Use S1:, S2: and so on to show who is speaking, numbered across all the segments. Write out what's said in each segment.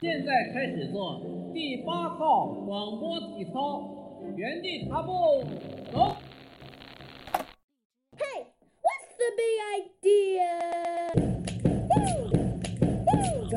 S1: 现在开始做第八套广播体操，原地踏步，走。
S2: Hey, what's the big idea? Woo! Woo!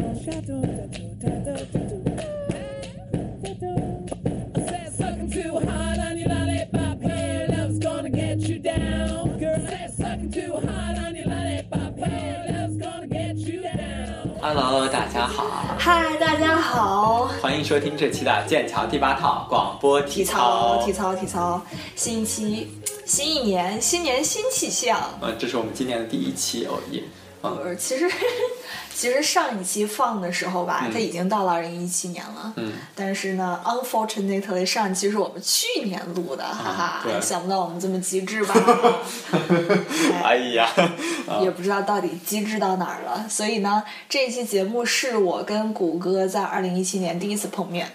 S3: Said sucking too hard on your lollipop, hey, love's gonna get you down. Girl, said sucking too hard on your lollipop, hey, love's gonna get you down.
S4: Hello，大家好，
S5: 嗨，大家好，
S4: 欢迎收听这期的剑桥第八套广播体
S5: 体操，
S4: 操
S5: 体。操，体操，新一期，新一年，新年新气象。
S4: 嗯，这是我们今年的第一期偶一。嗯
S5: 呃，其实， 其实上一期放的时候吧，
S4: 嗯
S5: 它已经到了二零一七年了。
S4: 嗯，
S5: 但是呢，unfortunately，上一期是我们去年录的，哈
S4: 对
S5: 哈，想不到我们这么机智 吧？
S4: 哎呀，
S5: 也不知道到底机智到哪儿了。所以呢，这一期节目是我跟谷歌在二零一七年第一次碰面。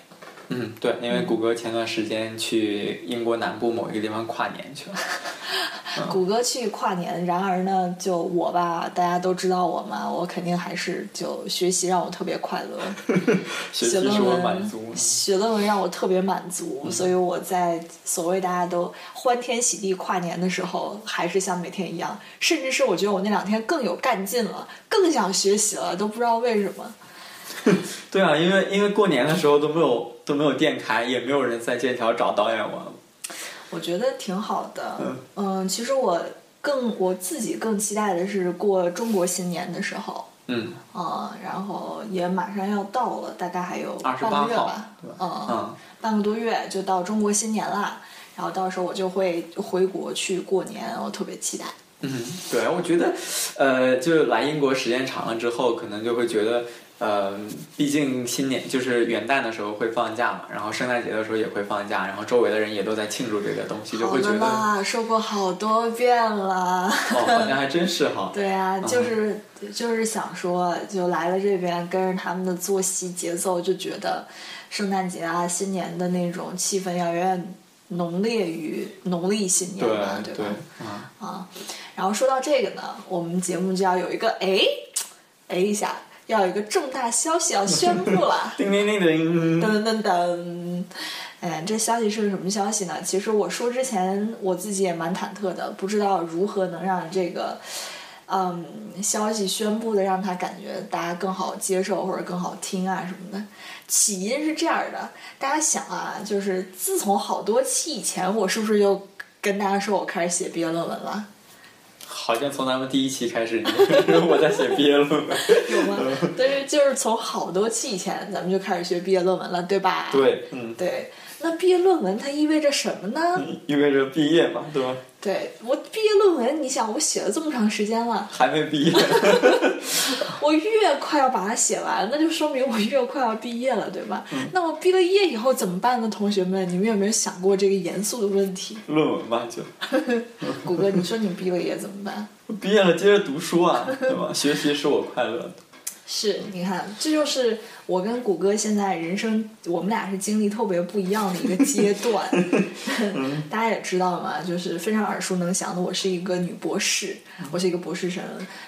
S4: 嗯，对，因为谷歌前段时间去英国南部某一个地方跨年 去了。
S5: 谷歌去跨年，然而呢，就我吧，大家都知道我嘛，我肯定还是就学习让我特别快乐，
S4: 学习使
S5: 写论
S4: 我满足
S5: 文，。写论文让我特别满足，所以我在所谓大家都欢天喜地跨年的时候，还是像每天一样，甚至是我觉得我那两天更有干劲了，更想学习了，都不知道为什么。
S4: 对啊，因为因为过年的时候都没有都没有电台，也没有人在剑桥找导演玩。
S5: 我觉得挺好的。
S4: 嗯
S5: 嗯，其实我更我自己更期待的是过中国新年的时候。
S4: 嗯，
S5: 嗯，然后也马上要到了，大概还有半
S4: 28
S5: 个月
S4: 号
S5: 吧
S4: 对吧，
S5: 嗯
S4: 嗯，
S5: 半个多月就到中国新年啦。然后到时候我就会回国去过年，我特别期待。
S4: 嗯，对，我觉得，呃，就是来英国时间长了之后，可能就会觉得，呃，毕竟新年就是元旦的时候会放假嘛，然后圣诞节的时候也会放假，然后周围的人也都在庆祝这个东西，就
S5: 好
S4: 会觉
S5: 的
S4: 得，哦，
S5: 啦，说过好多遍了。
S4: 好像还真是哈。
S5: 对啊，就是、就是想说，就来了这边，跟着他们的作息节奏，就觉得圣诞节啊、新年的那种气氛要远远浓烈于农历新年
S4: 对
S5: 嘛，对
S4: 对
S5: 吧？，
S4: 嗯，，
S5: 啊，然后说到这个呢，我们节目就要有一个哎哎一下，要有一个重大消息要宣布了
S4: 叮铃铃铃，
S5: 噔噔噔噔。哎，这消息是个什么消息呢？其实我说之前我自己也蛮忐忑的，不知道如何能让这个，嗯，消息宣布的让他感觉大家更好接受或者更好听啊什么的。起因是这样的，大家想啊，就是自从好多期以前，我是不是就跟大家说我开始写毕业论文了？
S4: 好像从咱们第一期开始，你 我在写毕业论文。
S5: 有吗？但是就是从好多期以前，咱们就开始学毕业论文了，对吧？
S4: 对，嗯，
S5: 对那毕业论文它意味着什么呢？
S4: 意味着毕业嘛，对吧？
S5: 对我毕业论文，你想我写了这么长时间了，
S4: 还没毕业，
S5: 我越快要把它写完，那就说明我越快要毕业了，对吧？那我毕了业以后怎么办呢？同学们，你们有没有想过这个严肃的问题？
S4: 论文嘛，就
S5: 谷歌，你说你毕了业怎么办？
S4: 毕业了，接着读书啊，对吧？学习使我快乐的。
S5: 是，你看，这就是我跟谷歌现在人生，我们俩是经历特别不一样的一个阶段。嗯大家也知道嘛，就是非常耳熟能详的，我是一个女博士，我是一个博士生，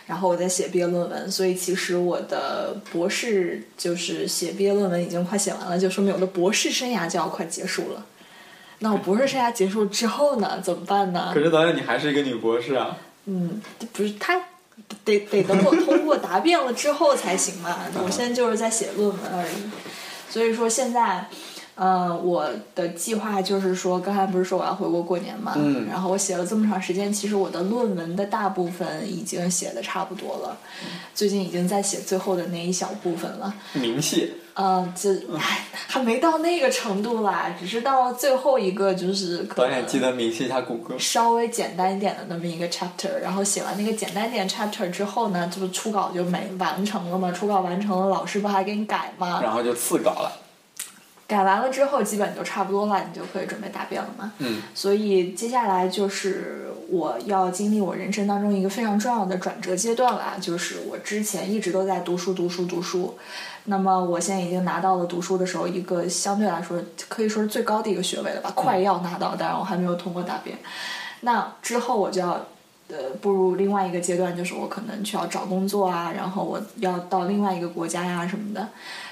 S5: 然后我在写毕业论文，所以其实我的博士就是写毕业论文已经快写完了，就说明我的博士生涯就要快结束了。那我博士生涯结束之后呢，怎么办呢？
S4: 可是导演，你还是一个女博士啊。
S5: 嗯，不是他得得等我通过答辩了之后才行 嘛。我现在就是在写论文而已，所以说现在，呃，我的计划就是说，刚才不是说我要回国过年嘛，
S4: 嗯
S5: 然后我写了这么长时间，其实我的论文的大部分已经写的差不多了，最近已经在写最后的那一小部分了。
S4: 明细，
S5: 呃，这
S4: 嗯
S5: 唉还没到那个程度啦，只是到最后一个就是可
S4: 导
S5: 能
S4: 演记得明细一下谷歌。
S5: 稍微简单一点的那么一个 chapter，然后写完那个简单一点 chapter 之后呢，这不初稿就没完成了嘛，初稿完成了，老师不还给你改吗？
S4: 然后就次稿了。
S5: 改完了之后，基本就差不多了，你就可以准备答辩了嘛。
S4: 嗯，
S5: 所以接下来就是我要经历我人生当中一个非常重要的转折阶段啦，就是我之前一直都在读书、读书、读书，那么我现在已经拿到了读书的时候一个相对来说可以说是最高的一个学位了吧，快要拿到，当然我还没有通过答辩。那之后我就要呃步入另外一个阶段，就是我可能需要找工作啊，然后我要到另外一个国家呀、什么的，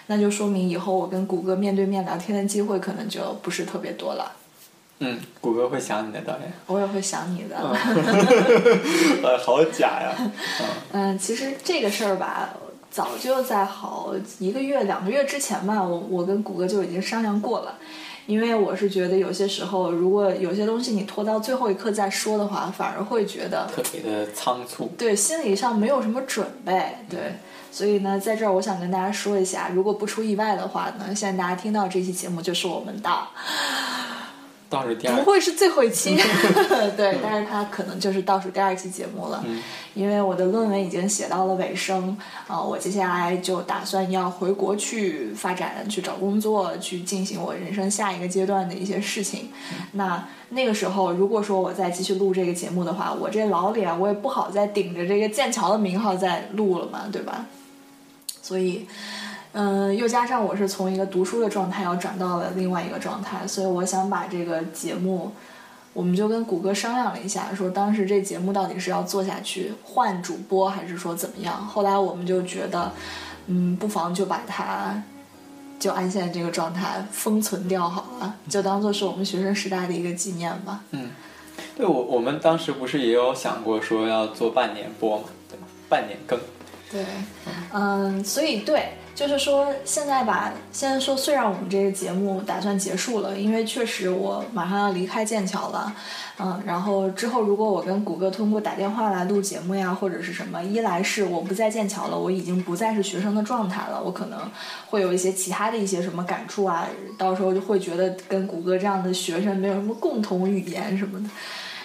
S5: 那就说明以后我跟谷歌面对面聊天的机会可能就不是特别多了。
S4: 嗯，谷歌会想你的导演。
S5: 我也会想你的。
S4: 呃， 好假呀！
S5: 嗯，其实这个事儿吧，早就在好一个月、两个月之前吧，我我跟谷歌就已经商量过了。因为我是觉得有些时候，如果有些东西你拖到最后一刻再说的话，反而会觉得
S4: 特别的仓促。
S5: 对心理上没有什么准备。对，所以呢，在这儿我想跟大家说一下，如果不出意外的话呢，现在大家听到这期节目就是我们的，
S4: 倒数第
S5: 不
S4: 二，
S5: 会是最后 一期， 对，但是它可能就是倒数第二期节目了，
S4: 嗯
S5: 因为我的论文已经写到了尾声啊、我接下来就打算要回国去发展、去找工作、去进行我人生下一个阶段的一些事情。
S4: 嗯
S5: 那那个时候，如果说我再继续录这个节目的话，我这老脸我也不好再顶着这个剑桥的名号再录了嘛，对吧？所以，嗯、又加上我是从一个读书的状态要转到了另外一个状态，所以我想把这个节目，我们就跟谷歌商量了一下，说当时这节目到底是要做下去换主播，还是说怎么样？后来我们就觉得，嗯，不妨就把它。就按现在这个状态封存掉好了，就当做是我们学生时代的一个纪念吧。
S4: 对我我们当时不是也有想过说要做半年播嘛，对吧？半年更，
S5: 对，嗯，所以对，就是说现在吧，现在说虽然我们这个节目打算结束了，因为确实我马上要离开剑桥了，嗯，然后之后如果我跟谷歌通过打电话来录节目呀，或者是什么，一来是我不在剑桥了，我已经不再是学生的状态了，我可能会有一些其他的一些什么感触啊，到时候就会觉得跟谷歌这样的学生没有什么共同语言什么的。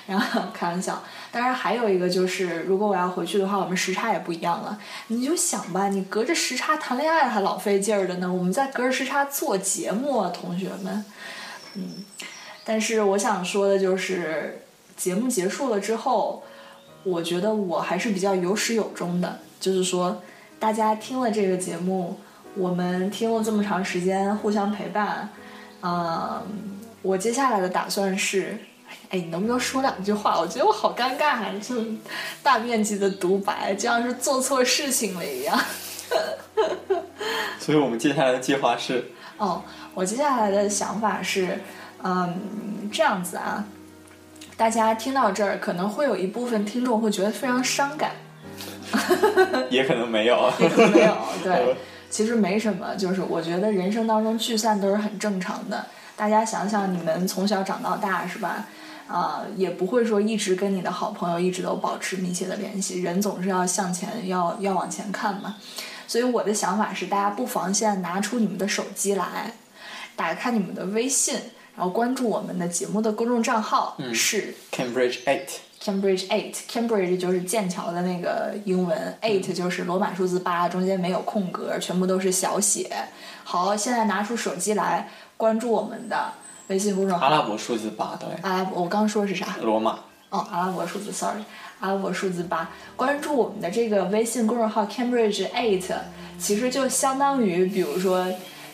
S5: 然后开玩笑，当然还有一个就是，如果我要回去的话，我们时差也不一样了。你就想吧，你隔着时差谈恋爱还老费劲儿的呢，我们在隔着时差做节目啊，同学们。嗯，但是我想说的就是，节目结束了之后，我觉得我还是比较有始有终的，就是说，大家听了这个节目，我们听了这么长时间，互相陪伴，嗯，我接下来的打算是。哎，你能不能说两句话？我觉得我好尴尬啊，就大面积的独白，就像是做错事情了一样。
S4: 所以我们接下来的计划是，
S5: 哦，我接下来的想法是，嗯，这样子啊，大家听到这儿，可能会有一部分听众会觉得非常伤感，
S4: 也可能没有。啊
S5: 也可 没有，对，其实没什么，就是我觉得人生当中聚散都是很正常的。大家想想，你们从小长到大是吧？啊、也不会说一直跟你的好朋友一直都保持密切的联系，人总是要向前，要要往前看嘛。所以我的想法是，大家不妨现在拿出你们的手机来，打开你们的微信，然后关注我们的节目的公众账号、是
S4: Cambridge Eight，
S5: Cambridge Eight，Cambridge 就是剑桥的那个英文，Eight
S4: 嗯
S5: 就是罗马数字八，中间没有空格，全部都是小写。好，现在拿出手机来关注我们的微信公众
S4: 阿
S5: 号。
S4: 拉伯数字八，对，
S5: 阿拉伯，我刚说是啥？
S4: 罗马。
S5: 哦，阿拉伯数字，sorry，阿拉伯数字八。关注我们的这个微信公众号 Cambridge Eight，其实就相当于，比如说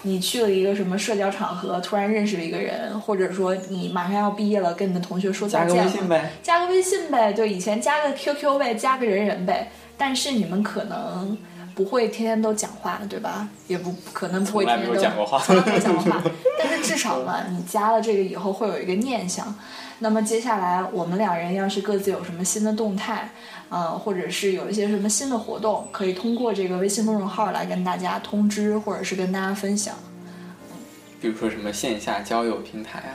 S5: 你去了一个什么社交场合，突然认识了一个人，或者说你马上要毕业了，跟你的同学说
S4: 加
S5: 再
S4: 个
S5: 见
S4: 微
S5: 了
S4: 信呗，
S5: 加个微信呗，就以前加个 QQ 呗，加个人人呗。但是你们可能不会天天都讲话，对吧？也不可能不会
S4: 从来
S5: 天
S4: 没
S5: 天
S4: 有
S5: 都
S4: 讲过话
S5: 从来没有讲过话。但是至少嘛，你加了这个以后会有一个念想。那么接下来我们两人要是各自有什么新的动态，呃，或者是有一些什么新的活动，可以通过这个微信公众号来跟大家通知，或者是跟大家分享。
S4: 比如说什么线下交友平台啊，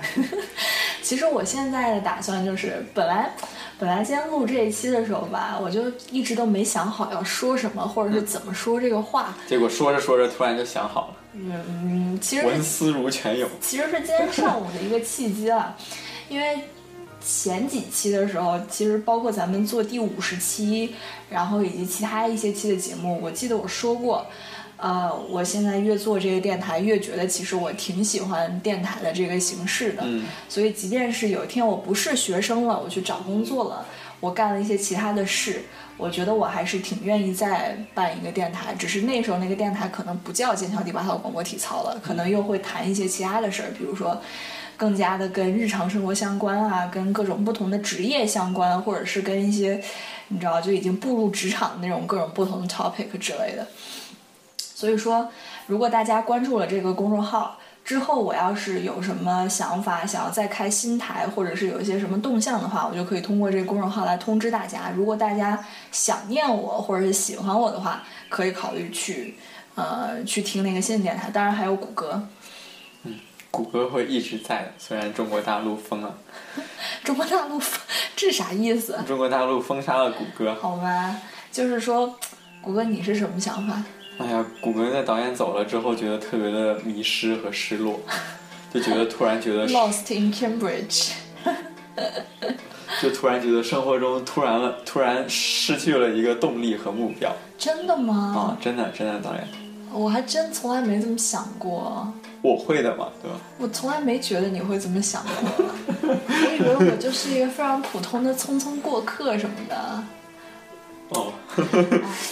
S5: 其实我现在的打算就是，本来本来今天录这一期的时候吧，我就一直都没想好要说什么，或者是怎么说这个话。
S4: 结果说着说着突然就想好了，
S5: 嗯，其实
S4: 文思如泉涌。
S5: 其实是今天上午的一个契机了，因为前几期的时候，其实包括咱们做第五十期，然后以及其他一些期的节目，我记得我说过，呃，我现在越做这个电台，越觉得其实我挺喜欢电台的这个形式的。
S4: 嗯，
S5: 所以即便是有一天我不是学生了，我去找工作了，我干了一些其他的事，我觉得我还是挺愿意再办一个电台，只是那时候那个电台可能不叫剑桥第八套广播体操了，可能又会谈一些其他的事儿，比如说。更加的跟日常生活相关啊，跟各种不同的职业相关，或者是跟一些你知道就已经步入职场的那种各种不同的 topic 之类的。所以说，如果大家关注了这个公众号之后，我要是有什么想法，想要再开新台，或者是有一些什么动向的话，我就可以通过这个公众号来通知大家。如果大家想念我或者是喜欢我的话，可以考虑去呃去听那个新的电台，当然还有谷歌。
S4: 谷歌会一直在的，虽然中国大陆封了，
S5: 中国大陆这啥意思？
S4: 中国大陆封杀了谷歌。
S5: 好吧，就是说，谷歌你是什么想法？
S4: 哎呀，谷歌在导演走了之后，觉得特别的迷失和失 落，就觉得突然觉得
S5: Lost in Cambridge，
S4: 就突然觉得生活中突然了，突然失去了一个动力和目标
S5: 真的
S4: 啊
S5: 吗、！
S4: 真的，真的，导演，
S5: 我还真从来没这么想过，
S4: 我会的嘛，对吧？
S5: 我从来没觉得你会这么想过， 我以为我就是一个非常普通的匆匆过客什么的。
S4: 哦，
S5: 唉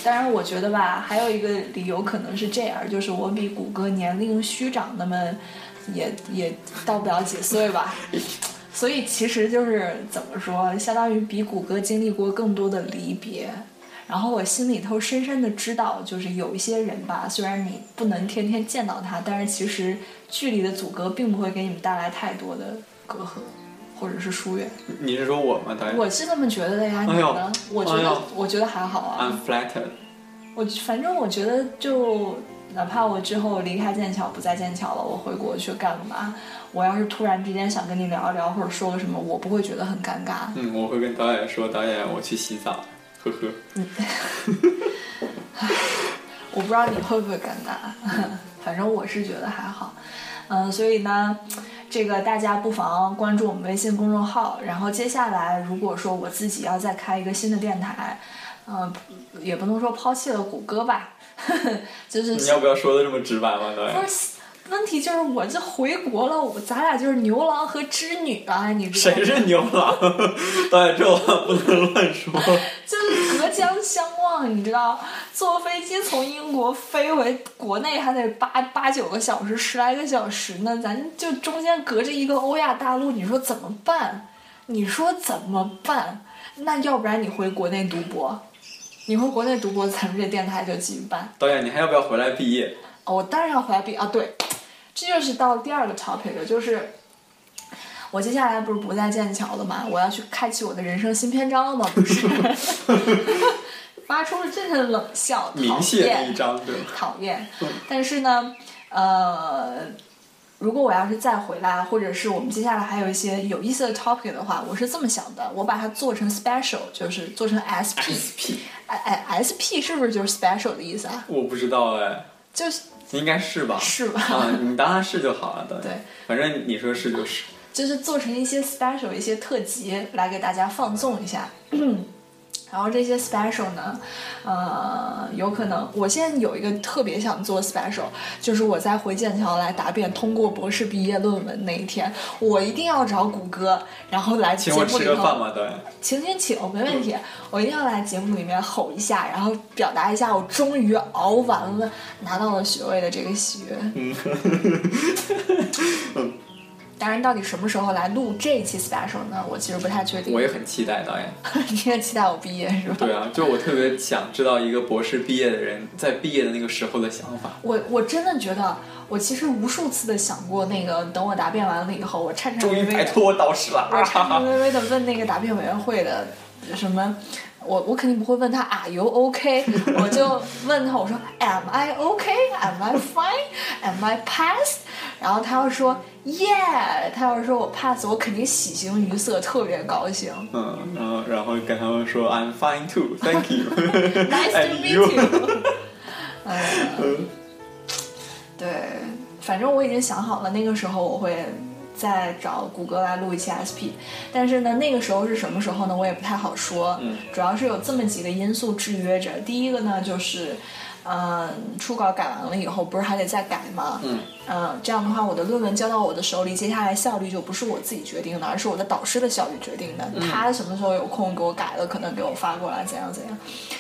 S5: 当然，我觉得吧，还有一个理由可能是这样，就是我比谷歌年龄虚长那么也也到不了几岁 吧，所以其实就是怎么说，相当于比谷歌经历过更多的离别。然后我心里头深深的知道，就是有一些人吧，虽然你不能天天见到他，但是其实距离的阻隔并不会给你们带来太多的隔阂，或者是疏远。
S4: 你是说我吗，导演
S5: 我是这么觉得的呀，你
S4: 哎呦
S5: 呢？我觉
S4: 哎
S5: 得、
S4: 呦
S5: 我觉得还好啊。
S4: ？I'm flattered。
S5: 我反正我觉得就。哪怕我之后离开剑桥，不在剑桥了，我回国去干嘛？我要是突然之间想跟你聊一聊，或者说个什么，我不会觉得很尴尬。
S4: 嗯，我会跟导演说，导演，我去洗澡，呵呵。
S5: 我不知道你会不会尴尬， 反正我是觉得还好。嗯，所以呢，这个大家不妨关注我们微信公众号。然后接下来，如果说我自己要再开一个新的电台，嗯、也不能说抛弃了谷歌吧， 就是
S4: 你要不要说的这么直白吗，导
S5: 嗯不
S4: 演？
S5: 是，问题就是我这回国了，我咱俩就是牛郎和织女啊，你知道
S4: 谁
S5: 吗？
S4: 是牛郎？ 导演，这话不能乱说。
S5: 就是隔江相望，你知道？坐飞机从英国飞回国内还得八八九个小时，十来个小时呢，咱就中间隔着一个欧亚大陆，你说怎么办？你说怎么办？那要不然你回国内读博，你回国内读博，咱们这电台就继续办。
S4: 导演，你还要不要回来毕业？
S5: 哦，我当然要回来比啊，对，这就是到第二个 topic，了就是我接下来不是不在剑桥了嘛，我要去开启我的人生新篇章了嘛，不是？发出了阵阵冷笑，讨
S4: 明
S5: 厌
S4: 谢一张，嗯对吧？
S5: 讨厌。但是呢，呃，如果我要是再回来，或者是我们接下来还有一些有意思的 topic 的话，我是这么想的，我把它做成 special，就是做成 SP。
S4: SP，
S5: 哎哎，SP 是不是就是 special 的意思啊？
S4: 我不知道哎，
S5: 就是
S4: 应该是吧？
S5: 是吧？
S4: 啊，你当然是就好了，导演。
S5: 对，
S4: 反正你说是就是。
S5: 就是做成一些 special 一些特辑来给大家放纵一下。然后这些 special 呢，呃，有可能我现在有一个特别想做 special，就是我在回剑桥来答辩通过博士毕业论文那一天，我一定要找谷歌，然后来节
S4: 请
S5: 目
S4: 我
S5: 里头，
S4: 吃个饭吧，导演。
S5: 请请请，没问题，我一定要来节目里面吼一下，然后表达一下我终于熬完了拿到了学位的这个喜悦。
S4: 嗯
S5: 当然，到底什么时候来录这一期 special 呢？我其实不太确定。
S4: 我也很期待导演。
S5: 你也期待我毕业是吧？
S4: 对啊，就我特别想知道一个博士毕业的人在毕业的那个时候的想法。
S5: 我我真的觉得，我其实无数次的想过，那个等我答辩完了以后，我颤颤
S4: 终于
S5: 巍巍
S4: 摆
S5: 的，
S4: 脱我导师了
S5: 我
S4: 啊！哈
S5: 颤
S4: 哈
S5: 颤巍巍的问那个答辩委员会的什么，我我肯定不会问他 Are you OK？我就问他，我说 Am I OK？Am I fine？Am I pass？然后他要说 Yeah，他要是说我 pass，我肯定喜形于色，特别高兴。
S4: 嗯，然后然后跟他们说 I'm fine too, thank you.
S5: Nice to
S4: And
S5: meet
S4: you.
S5: you。哎呀，对，反正我已经想好了，那个时候我会再找谷歌来录一期 SP，但是呢，那个时候是什么时候呢？我也不太好说。
S4: 嗯
S5: 主要是有这么几个因素制约着。第一个呢，就是。嗯，初稿改完了以后，不是还得再改吗？
S4: 嗯，
S5: 呃，这样的话，我的论文交到我的手里，接下来效率就不是我自己决定的，而是我的导师的效率决定的。他什么时候有空给我改了，可能给我发过来，怎样怎样，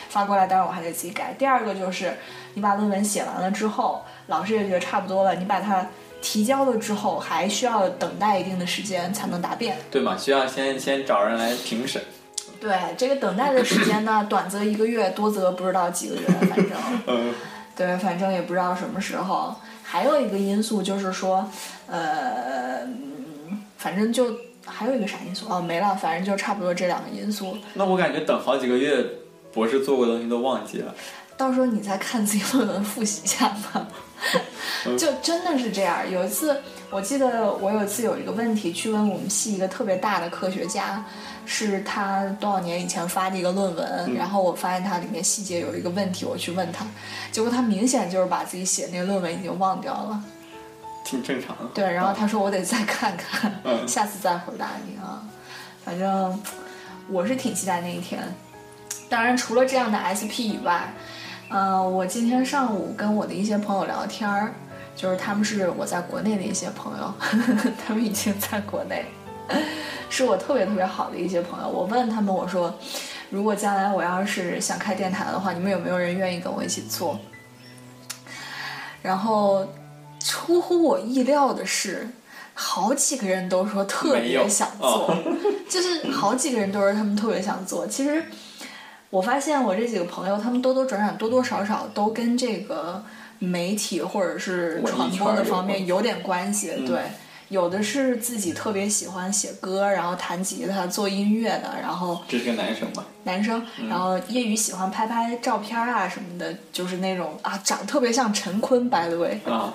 S5: 发过来，当然我还得自己改。第二个就是，你把论文写完了之后，老师也觉得差不多了，你把它提交了之后，还需要等待一定的时间才能答辩。
S4: 对嘛？需要先先找人来评审。
S5: 对，这个等待的时间呢，短则一个月，多则不知道几个月，反正，
S4: 嗯，
S5: 对，反正也不知道什么时候。还有一个因素就是说，呃，嗯反正就还有一个啥因素哦，没了，反正就差不多这两个因素。
S4: 那我感觉等好几个月，博士做过的东西都忘记了。
S5: 到时候你再看自己论文复习一下吧。就真的是这样。有一次，我记得我有一次有一个问题去问我们系一个特别大的科学家，是他多少年以前发的一个论文，然后我发现它里面细节有一个问题，我去问他，结果他明显就是把自己写那个论文已经忘掉了。
S4: 挺正常的。
S5: 对，然后他说我得再看看，
S4: 嗯
S5: 下次再回答你啊。反正我是挺期待那一天。当然，除了这样的 SP 以外，呃，我今天上午跟我的一些朋友聊天儿，就是他们是我在国内的一些朋友， 他们已经在国内， 是我特别特别好的一些朋友。我问他们，我说，如果将来我要是想开电台的话，你们有没有人愿意跟我一起做？然后出乎我意料的是，好几个人都说特
S4: 没
S5: 别
S4: 有
S5: 想做，
S4: 哦
S5: 就是好几个人都说他们特别想做。其实我发现我这几个朋友，他们多多转转，多多少少都跟这个媒体或者是
S4: 文艺
S5: 传
S4: 圈
S5: 播
S4: 有
S5: 的方面
S4: 关嗯
S5: 有点关系。对，有的是自己特别喜欢写歌，然后弹吉他、做音乐的，然后
S4: 这是个男生吧？
S5: 男生，
S4: 嗯
S5: 然后业余喜欢拍拍照片啊什么的，就是那种啊，长得特别像陈坤，by the way。
S4: 啊，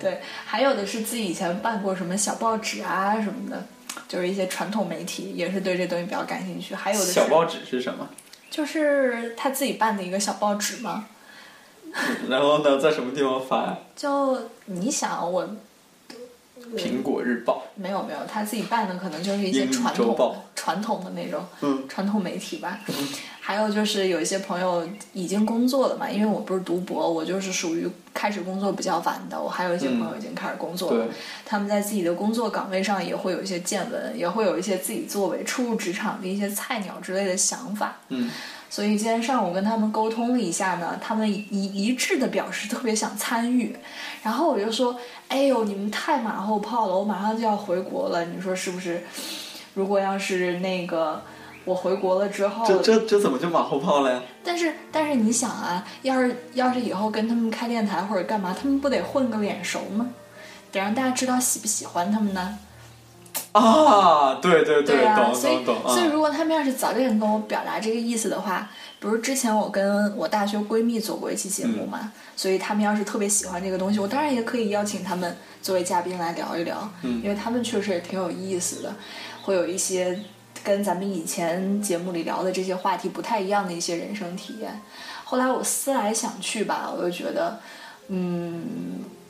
S5: 对，还有的是自己以前办过什么小报纸啊什么的，就是一些传统媒体也是对这东西比较感兴趣。还有的是
S4: 小报纸是什么？
S5: 就是他自己办的一个小报纸嘛，
S4: 然后呢，在什么地方发呀？
S5: 就你想啊我
S4: 苹果日报。
S5: 没有没有，他自己办的可能就是一些
S4: 英语
S5: 传
S4: 周
S5: 统
S4: 报
S5: 的传统的那种、
S4: 嗯
S5: 传统媒体吧。还有就是有一些朋友已经工作了嘛，因为我不是读博，我就是属于开始工作比较晚的。我还有一些朋友已经开始工作了，
S4: 嗯对
S5: 他们在自己的工作岗位上也会有一些见闻，也会有一些自己作为初入职场的一些菜鸟之类的想法。
S4: 嗯，
S5: 所以今天上午跟他们沟通了一下呢，他们一一致的表示特别想参与，然后我就说，哎呦，你们太马后炮了，我马上就要回国了，你说是不是？如果要是那个我回国了之后，
S4: 这这这怎么就马后炮了呀？
S5: 但是但是你想啊，要是要是以后跟他们开电台或者干嘛，他们不得混个脸熟吗？得让大家知道喜不喜欢他们呢？
S4: 啊，对对
S5: 对啊，
S4: 懂
S5: 所以
S4: 懂懂
S5: 所以
S4: 啊！
S5: 如果他们要是早点跟我表达这个意思的话，比如之前我跟我大学闺蜜做过一期节目嘛，
S4: 嗯
S5: 所以他们要是特别喜欢这个东西，我当然也可以邀请他们作为嘉宾来聊一聊，
S4: 嗯
S5: 因为他们确实也挺有意思的，会有一些跟咱们以前节目里聊的这些话题不太一样的一些人生体验。后来我思来想去吧，我就觉得，嗯，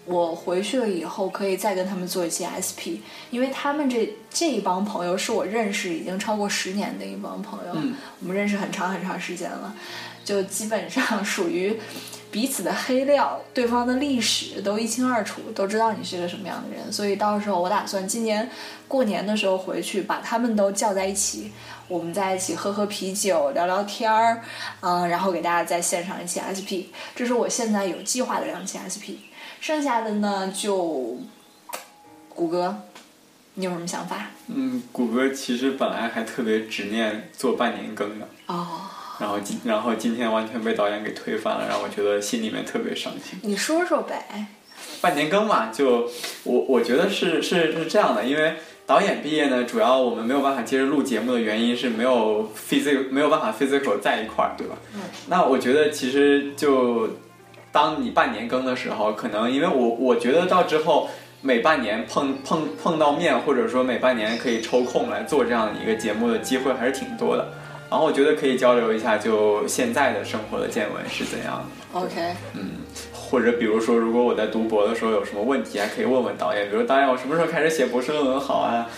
S5: 我回去了以后可以再跟他们做一期 SP，因为他们这这一帮朋友是我认识已经超过十年的一帮朋友，我们认识很长很长时间了，就基本上属于彼此的黑料，对方的历史都一清二楚，都知道你是个什么样的人，所以到时候我打算今年过年的时候回去把他们都叫在一起。我们在一起喝喝啤酒，聊聊天儿，嗯、然后给大家在线上一起 SP，这是我现在有计划的两期 SP，剩下的呢就谷歌，你有什么想法？
S4: 嗯，谷歌其实本来还特别执念做半年更的，
S5: 哦，
S4: 然后今然后今天完全被导演给推翻了，让我觉得心里面特别伤心。
S5: 你说说呗。
S4: 半年更嘛，就我我觉得是是是这样的，因为导演毕业呢，主要我们没有办法接着录节目的原因是没有 physical 没有办法 physical 在一块儿，对吧？嗯。那我觉得其实就当你半年更的时候，可能因为我我觉得到之后每半年碰碰碰到面，或者说每半年可以抽空来做这样的一个节目的机会还是挺多的。然后我觉得可以交流一下，就现在的生活的见闻是怎样的。
S5: OK，
S4: 嗯或者比如说，如果我在读博的时候有什么问题，还可以问问导演。比如导演，我什么时候开始写博士论文好啊？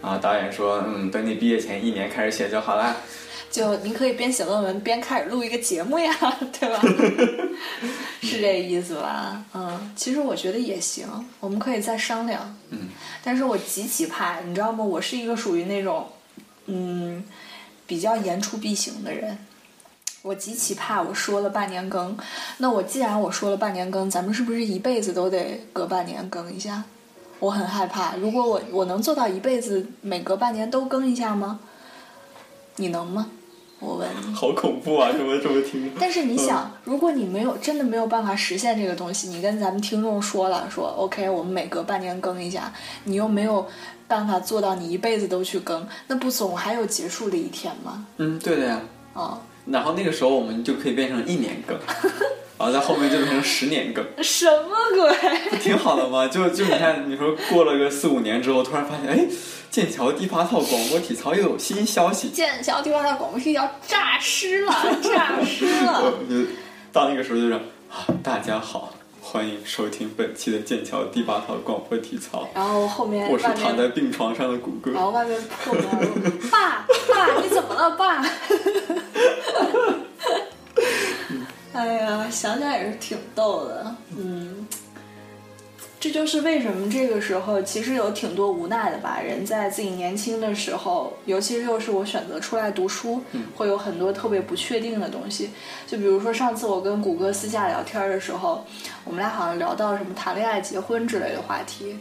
S4: 啊，导演说，嗯，等你毕业前一年开始写就好啦。
S5: 就你可以边写论文边开始录一个节目呀， 对吧？是这意思吧？嗯，其实我觉得也行，我们可以再商量。嗯，但是我极其怕，你知道吗？我是一个属于那种，嗯，比较言出必行的人。我极其怕我说了半年更。那我既然我说了半年更，咱们是不是一辈子都得隔半年更一下？我很害怕。如果我我能做到一辈子每隔半年都更一下吗？你能吗？我问你。
S4: 好恐怖啊！这么这么听，
S5: 但是你想，如果你没有真的没有办法实现这个东西，你跟咱们听众说了，说 OK，我们每隔半年更一下，你又没有办法做到你一辈子都去更，那不总还有结束的一天吗？
S4: 嗯，对的呀。
S5: 哦，
S4: 然后那个时候我们就可以变成一年 更，然后在后面就变成十年更，
S5: 什么 鬼？
S4: 挺好的嘛。就就你看，你说过了个四五年之后，突然发现，哎，剑桥第八套广播体操又有新消息，
S5: 剑桥地方的广播剧要诈尸 了，诈尸了！
S4: 我就到那个时候就是啊，大家好，欢迎收听本期的剑桥第八套广播体操，
S5: 然后后面
S4: 我是
S5: 外
S4: 躺
S5: 面
S4: 在病床上的谷歌
S5: 然。后外面破门而入，爸爸，你怎么了，爸？ 哎呀，想想也是挺逗的，嗯，这就是为什么这个时候其实有挺多无奈的吧。人在自己年轻的时候，尤其是又是我选择出来读书，会有很多特别不确定的东西。就比如说上次我跟谷歌私下聊天的时候，我们俩好像聊到什么谈恋爱、结婚之类的话题，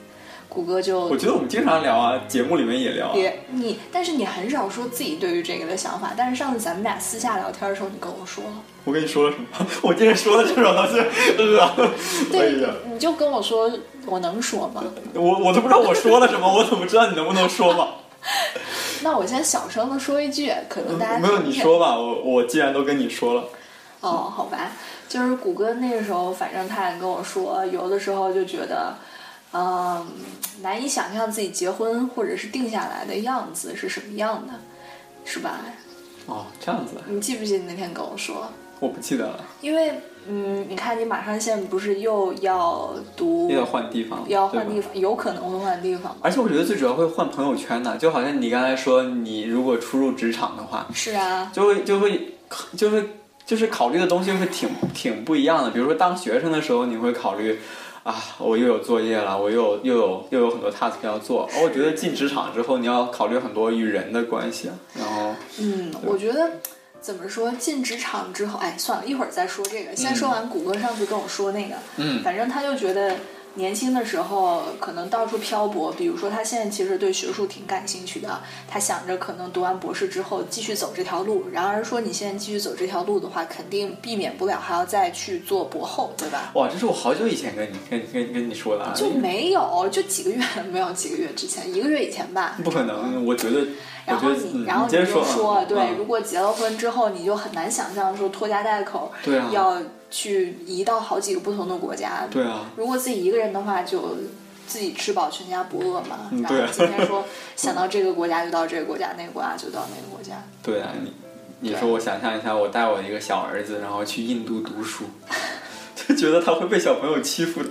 S5: 谷歌就
S4: 我觉得我们经常聊啊，节目里面也聊、啊。
S5: 别你，但是你很少说自己对于这个的想法。但是上次咱们俩私下聊天的时候，你跟我说了，
S4: 我跟你说了什么？ 我竟然说了这种东西，呃，哎
S5: 对
S4: 呀，，
S5: 你就跟我说，我能说吗？
S4: 我我都不知道我说了什么，我怎么知道你能不能说 嘛？
S5: 那我先小声的说一句，可能大家
S4: 没有，你
S5: 听见
S4: 说吧，我我既然都跟你说了，
S5: 哦，好吧，就是谷歌那个时候，反正他也跟我说，有的时候就觉得，嗯，难以想象自己结婚或者是定下来的样子是什么样的，是吧？
S4: 哦，这样子啊，
S5: 你记不记得那天跟我说？
S4: 我不记得了，
S5: 因为，嗯，你看你马上现在不是又要读
S4: 又要换地方了，
S5: 要
S4: 对
S5: 换
S4: 吧
S5: 地方，有可能会换地方。
S4: 而且我觉得最主要会换朋友圈的，就好像你刚才说，你如果初入职场的话，
S5: 是啊，
S4: 就会就会就会就是考虑的东西会挺挺不一样的。比如说当学生的时候，你会考虑啊，我又有作业了，我又有又有又有很多 task 要做。而我觉得进职场之后，你要考虑很多与人的关系，啊然后
S5: 嗯，我觉得怎么说，进职场之后，哎，算了，一会儿再说这个。先说完谷歌上次跟我说那个，
S4: 嗯
S5: 反正他就觉得年轻的时候可能到处漂泊，比如说他现在其实对学术挺感兴趣的，他想着可能读完博士之后继续走这条路。然而说你现在继续走这条路的话，肯定避免不了还要再去做博后，对吧？
S4: 哇，这是我好久以前跟你跟跟跟你说的啊，
S5: 就没有，就几个月没有几个月之前，一个月以前吧，
S4: 不可能，我觉得。我
S5: 然
S4: 觉
S5: 后
S4: 得
S5: 你，
S4: 嗯
S5: 然后
S4: 接
S5: 就
S4: 着说
S5: 说，
S4: 啊，
S5: 对，
S4: 嗯
S5: 如果结了婚之后，你就很难想象说拖家带口，
S4: 对啊
S5: 要去移到好几个不同的国家。
S4: 对啊，
S5: 如果自己一个人的话，就自己吃饱全家不饿嘛。
S4: 嗯
S5: 然
S4: 对
S5: 后今 天说想到这个国家就到这个国家，那个国家就到那个国家。
S4: 对啊，你你说我想象一下，我带我一个小儿子，然后去印度读书， 就觉得他会被小朋友欺负的。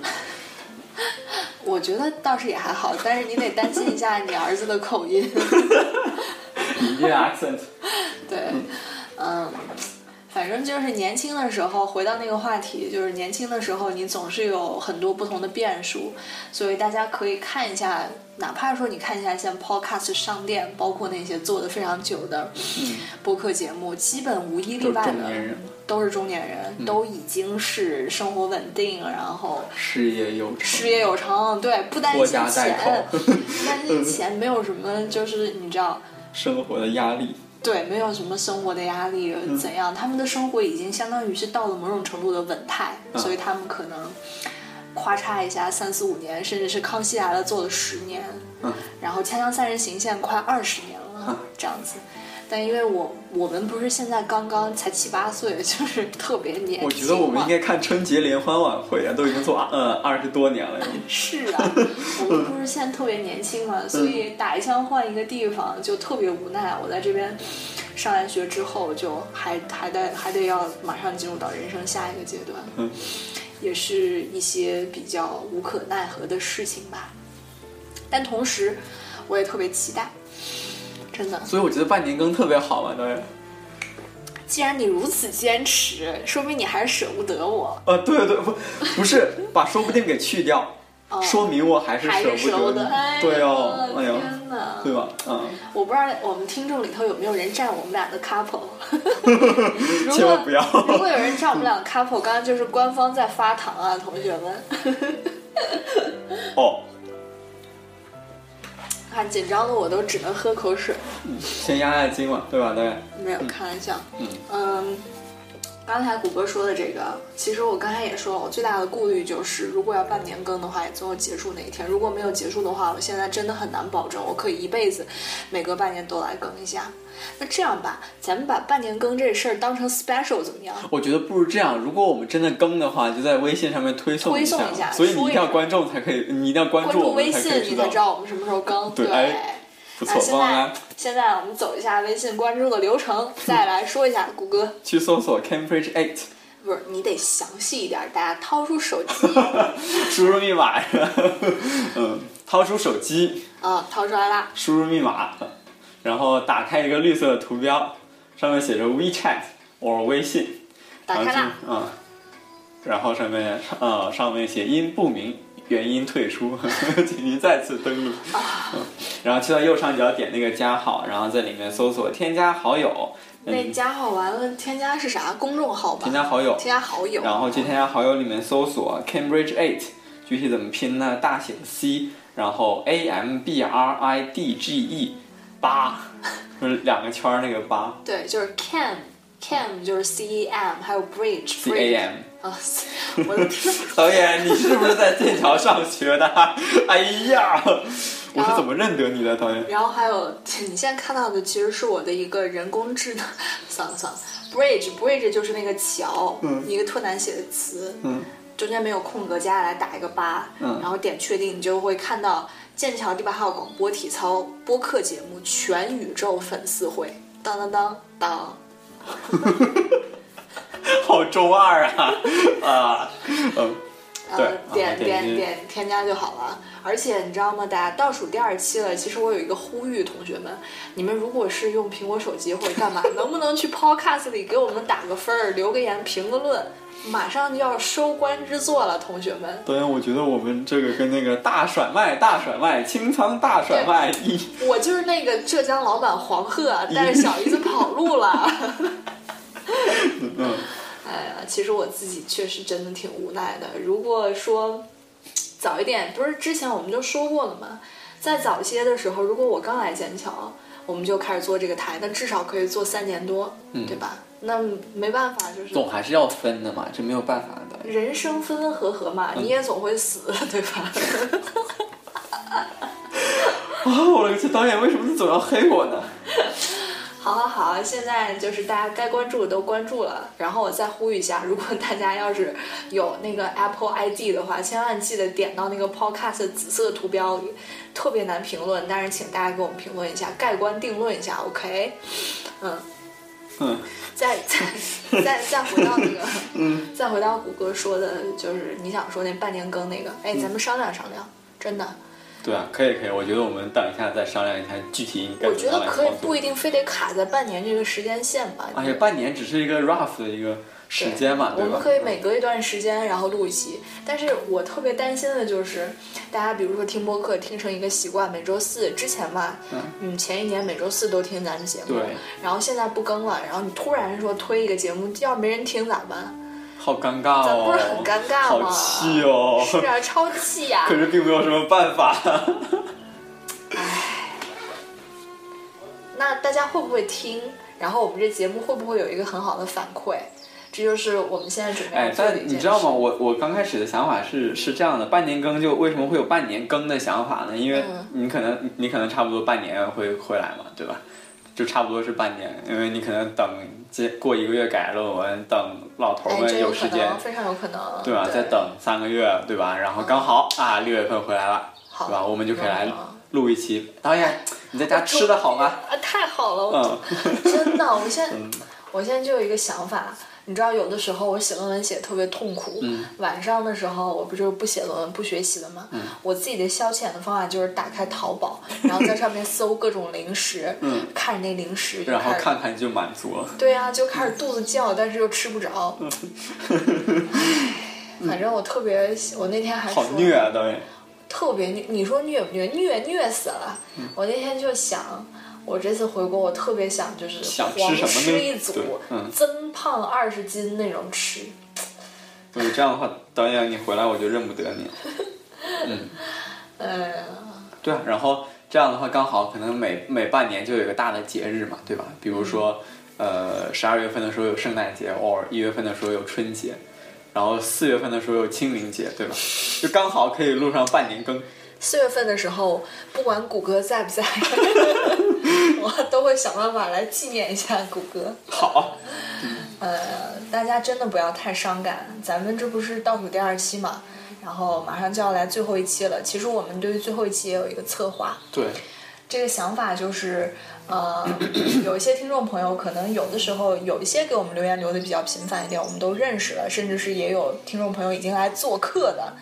S5: 我觉得倒是也还好，但是你得担心一下你儿子的口音。
S4: Indian accent，
S5: 对，嗯，反正就是年轻的时候，回到那个话题，就是年轻的时候，你总是有很多不同的变数，所以大家可以看一下，哪怕说你看一下像 podcast 商店，包括那些做的非常久的播客节目，基本无一例
S4: 都是
S5: 外
S4: 中
S5: 的
S4: 年人，
S5: 都是中年人，嗯都已经是生活稳定，然后。
S4: 事业有成，
S5: 事业有成，对，不担
S4: 拖
S5: 心
S4: 家带
S5: 钱，
S4: 口
S5: 不， 担心钱，没有什么，就是你知道，
S4: 生活的压力，
S5: 对，没有什么生活的压力，怎样？他们的生活已经相当于是到了某种程度的稳态，
S4: 嗯
S5: 所以他们可能咔嚓一下三四五年，甚至是《康熙来了》做了十年，
S4: 嗯
S5: 然后《锵锵三人行》现在快二十年了，这样子。但因为我我们不是现在刚刚才七八岁，就是特别年轻嘛。
S4: 我觉得我们应该看春节联欢晚会啊，都已经做呃二十多年了。
S5: 是啊， 我们不是现在特别年轻嘛，所以打一枪换一个地方就特别无奈。我在这边上完学之后，就还还得还得要马上进入到人生下一个阶段，
S4: 嗯
S5: 也是一些比较无可奈何的事情吧。但同时，我也特别期待，真的。
S4: 所以我觉得半年更特别好嘛，对，
S5: 既然你如此坚持，说明你还是舍不得我。
S4: 呃，对对不，不是把说不定给去掉，
S5: 哦
S4: 说明我还是
S5: 还
S4: 舍
S5: 是舍
S4: 不
S5: 不
S4: 得
S5: 得
S4: 你，对哦，哎
S5: 哎呀
S4: 呦，
S5: 天哪！
S4: 对吧？嗯，
S5: 我不知道我们听众里头有没有人占我们俩的 couple。如
S4: 千
S5: 果
S4: 万不要
S5: 如果有人占我们俩的 couple，刚刚就是官方在发糖啊，同学们。
S4: 哦，
S5: 啊，紧张的我都只能喝口水，
S4: 先压压惊嘛，对吧？大概，
S5: 没有开玩笑。
S4: 嗯
S5: 嗯，刚才谷歌说的这个，其实我刚才也说了，我最大的顾虑就是，如果要半年更的话，也总有结束那一天。如果没有结束的话，我现在真的很难保证我可以一辈子每隔半年都来更一下。那这样吧，咱们把半年更这事儿当成 special 怎么样？
S4: 我觉得不如这样，如果我们真的更的话，就在微信上面推送
S5: 推送
S4: 下，
S5: 一下
S4: 所以你
S5: 说
S4: 一
S5: 一
S4: 定要
S5: 下
S4: 关注才可以，你一定要关
S5: 关
S4: 注
S5: 注
S4: 我
S5: 微
S4: 们才
S5: 信
S4: 可以
S5: 你才
S4: 道。
S5: 知道我们什么时候更。
S4: 对哎不
S5: 那
S4: 错，
S5: 现
S4: 忘
S5: 在
S4: 了
S5: 现在我们走一下微信关注的流程，再来说一下 谷歌。
S4: 去搜索 Cambridge Eight，
S5: 不是，你得详细一点，大家掏出 手机
S4: 输入密码，嗯，掏出手机，
S5: 啊，掏出来啦。
S4: 输入密码，然后打开一个绿色的图标，上面写着 WeChat or 微信，
S5: 打开
S4: 然
S5: 啦
S4: 后，就嗯，然后上面呃上面写因不明原因退出， 请您再次登录。嗯
S5: 啊
S4: 然后去到右上角点那个加号，然后在里面搜索添加好友，
S5: 那
S4: 嗯，
S5: 加号完了，添加是啥？公众号吧。
S4: 添加好友，
S5: 添加好友。
S4: 然后去添加好友里面搜索 Cambridge Eight，具体怎么拼呢？大写 C，然后 A M B R I D G E 八，就是两个圈儿那个八
S5: 对，就是 Cam Cam 就是 C A M，还有 Bridge
S4: C A M。
S5: Bridge 啊，我的天！
S4: 导演，你是不是在剑桥上学的？ 哎呀，我是怎么认得你的，导演？
S5: 然后还有你现在看到的其实是我的一个人工智能，算了算了，bridge bridge 就是那个桥，
S4: 嗯
S5: 一个特难写的词，
S4: 嗯，
S5: 中间没有空格，接下来打一个八，
S4: 嗯
S5: 然后点确定，你就会看到剑桥第八号广播体操播客节目全宇宙粉丝会，当当当当，
S4: 好周二啊啊，嗯，对
S5: 呃，，
S4: 啊
S5: 点
S4: 进
S5: 点
S4: 去
S5: 点添加就好了。而且你知道吗？大家倒数第二期了，其实我有一个呼吁，同学们，你们如果是用苹果手机或者 干嘛，能不能去 Podcast 里给我们打个分儿，留个言，评个论？马上就要收官之作了，同学们。
S4: 导演，我觉得我们这个跟那个大甩卖、大甩卖、清仓大甩卖一
S5: 我就是那个浙江老板黄鹤啊，带着小姨子跑路了。
S4: 嗯，
S5: 哎呀，其实我自己确实真的挺无奈的。如果说早一点，不是之前我们就说过了吗？在早些的时候，如果我刚来剑桥，我们就开始做这个台，那至少可以做三年多，
S4: 嗯
S5: 对吧？那没办法，就是
S4: 总还是要分的嘛，这没有办法的。
S5: 人生分分合合
S4: 嗯
S5: 嘛，你也总会死， 对吧？
S4: 啊，我勒个去，导演为什么你总要黑我呢？
S5: 好啊好好，现在就是大家该关注的都关注了，然后我再呼吁一下，如果大家要是有那个 Apple ID 的话，千万记得点到那个 Podcast 的紫色图标里，特别难评论，但是请大家给我们评论一下，盖棺定论一下，OK？嗯，
S4: 嗯，
S5: 再再再再回到那个，再回到谷歌说的，就是你想说那半年更那个，哎，咱们商量商量，真的，
S4: 对啊，可以可以，我觉得我们等一下再商量一下具体应该
S5: 我
S4: 怎
S5: 觉
S4: 么样
S5: 得
S4: 来操
S5: 可
S4: 作。
S5: 以不一定非得卡在半年这个时间线吧，
S4: 而且哎半年只是一个 rough 的一个时间嘛，
S5: 我
S4: 对吧？嗯
S5: 们可以每隔一段时间然后录一期，但是我特别担心的就是，大家比如说听播客听成一个习惯，每周四之前吧，
S4: 嗯
S5: 嗯，前一年每周四都听咱们节目，
S4: 对，
S5: 然后现在不更了，然后你突然说推一个节目，要没人听咋办？
S4: 好尴尬
S5: 咱
S4: 哦，
S5: 不是很尴尬吗？
S4: 好气哦。
S5: 是啊，超气 呀、
S4: 可是并没有什么办法。
S5: 那大家会不会听？然后我们这节目会不会有一个很好的反馈？这就是我们现在准备
S4: 哎
S5: 要，做的一
S4: 但
S5: 件
S4: 你知道
S5: 事
S4: 吗？？我我刚开始的想法是是这样的，半年更就为什么会有半年更的想法呢？因为
S5: 嗯
S4: 你可能你可能差不多半年会回来嘛，对吧？就差不多是半年，因为你可能等接过一个月改论文，等老头
S5: 哎，
S4: 们
S5: 这有可
S4: 时间，
S5: 能，非常有可能，
S4: 对吧？啊再等三个月，对吧？然后刚好啊，六月份回来了，
S5: 好
S4: 对吧？我们就可以来
S5: 嗯
S4: 录一期。导演，你在家吃的好吗？
S5: 啊，太好了，我
S4: 嗯，
S5: 真的，我现在、我现在就有一个想法，你知道，有的时候我写论文写得特别痛苦，
S4: 嗯
S5: 晚上的时候我不就是不写论文不学习了吗？我自己的消遣的方法就是打开淘宝，然后在上面搜各种零食， 看着那零食
S4: 嗯
S5: 就
S4: 然后
S5: 开始。
S4: 看看就满足了。
S5: 对啊，就开始肚子叫，但是又吃不着。
S4: 嗯
S5: 唉反正我特别，我那天还说，
S4: 好虐啊，导演！
S5: 特别虐。你说虐不虐？虐虐死了！我那天就想，我这次回国，我特别想就是
S4: 想吃
S5: 狂
S4: 什么呢
S5: 吃一组
S4: 对，嗯
S5: 增胖二十斤那种吃。
S4: 对，这样的话，导演你回来我就认不得你了。嗯，
S5: 嗯，
S4: 对啊，然后这样的话刚好可能每每半年就有一个大的节日嘛，对吧？比如说，
S5: 嗯
S4: 呃，十二月份的时候有圣诞节，偶尔一月份的时候有春节，然后四月份的时候有清明节，对吧？就刚好可以录上半年更。
S5: 四月份的时候，不管谷歌在 不在，我都会想办法来纪念一下谷歌。
S4: 好，
S5: 呃，大家真的不要太伤感，咱们这不是倒数第二期嘛，然后马上就要来最后一期了。其实我们对于最后一期也有一个策划，
S4: 对，
S5: 这个想法就是，呃，有一些听众朋友可能有的时候有一些给我们留言留的比较频繁一点，我们都认识了，甚至是也有听众朋友已经来做客的。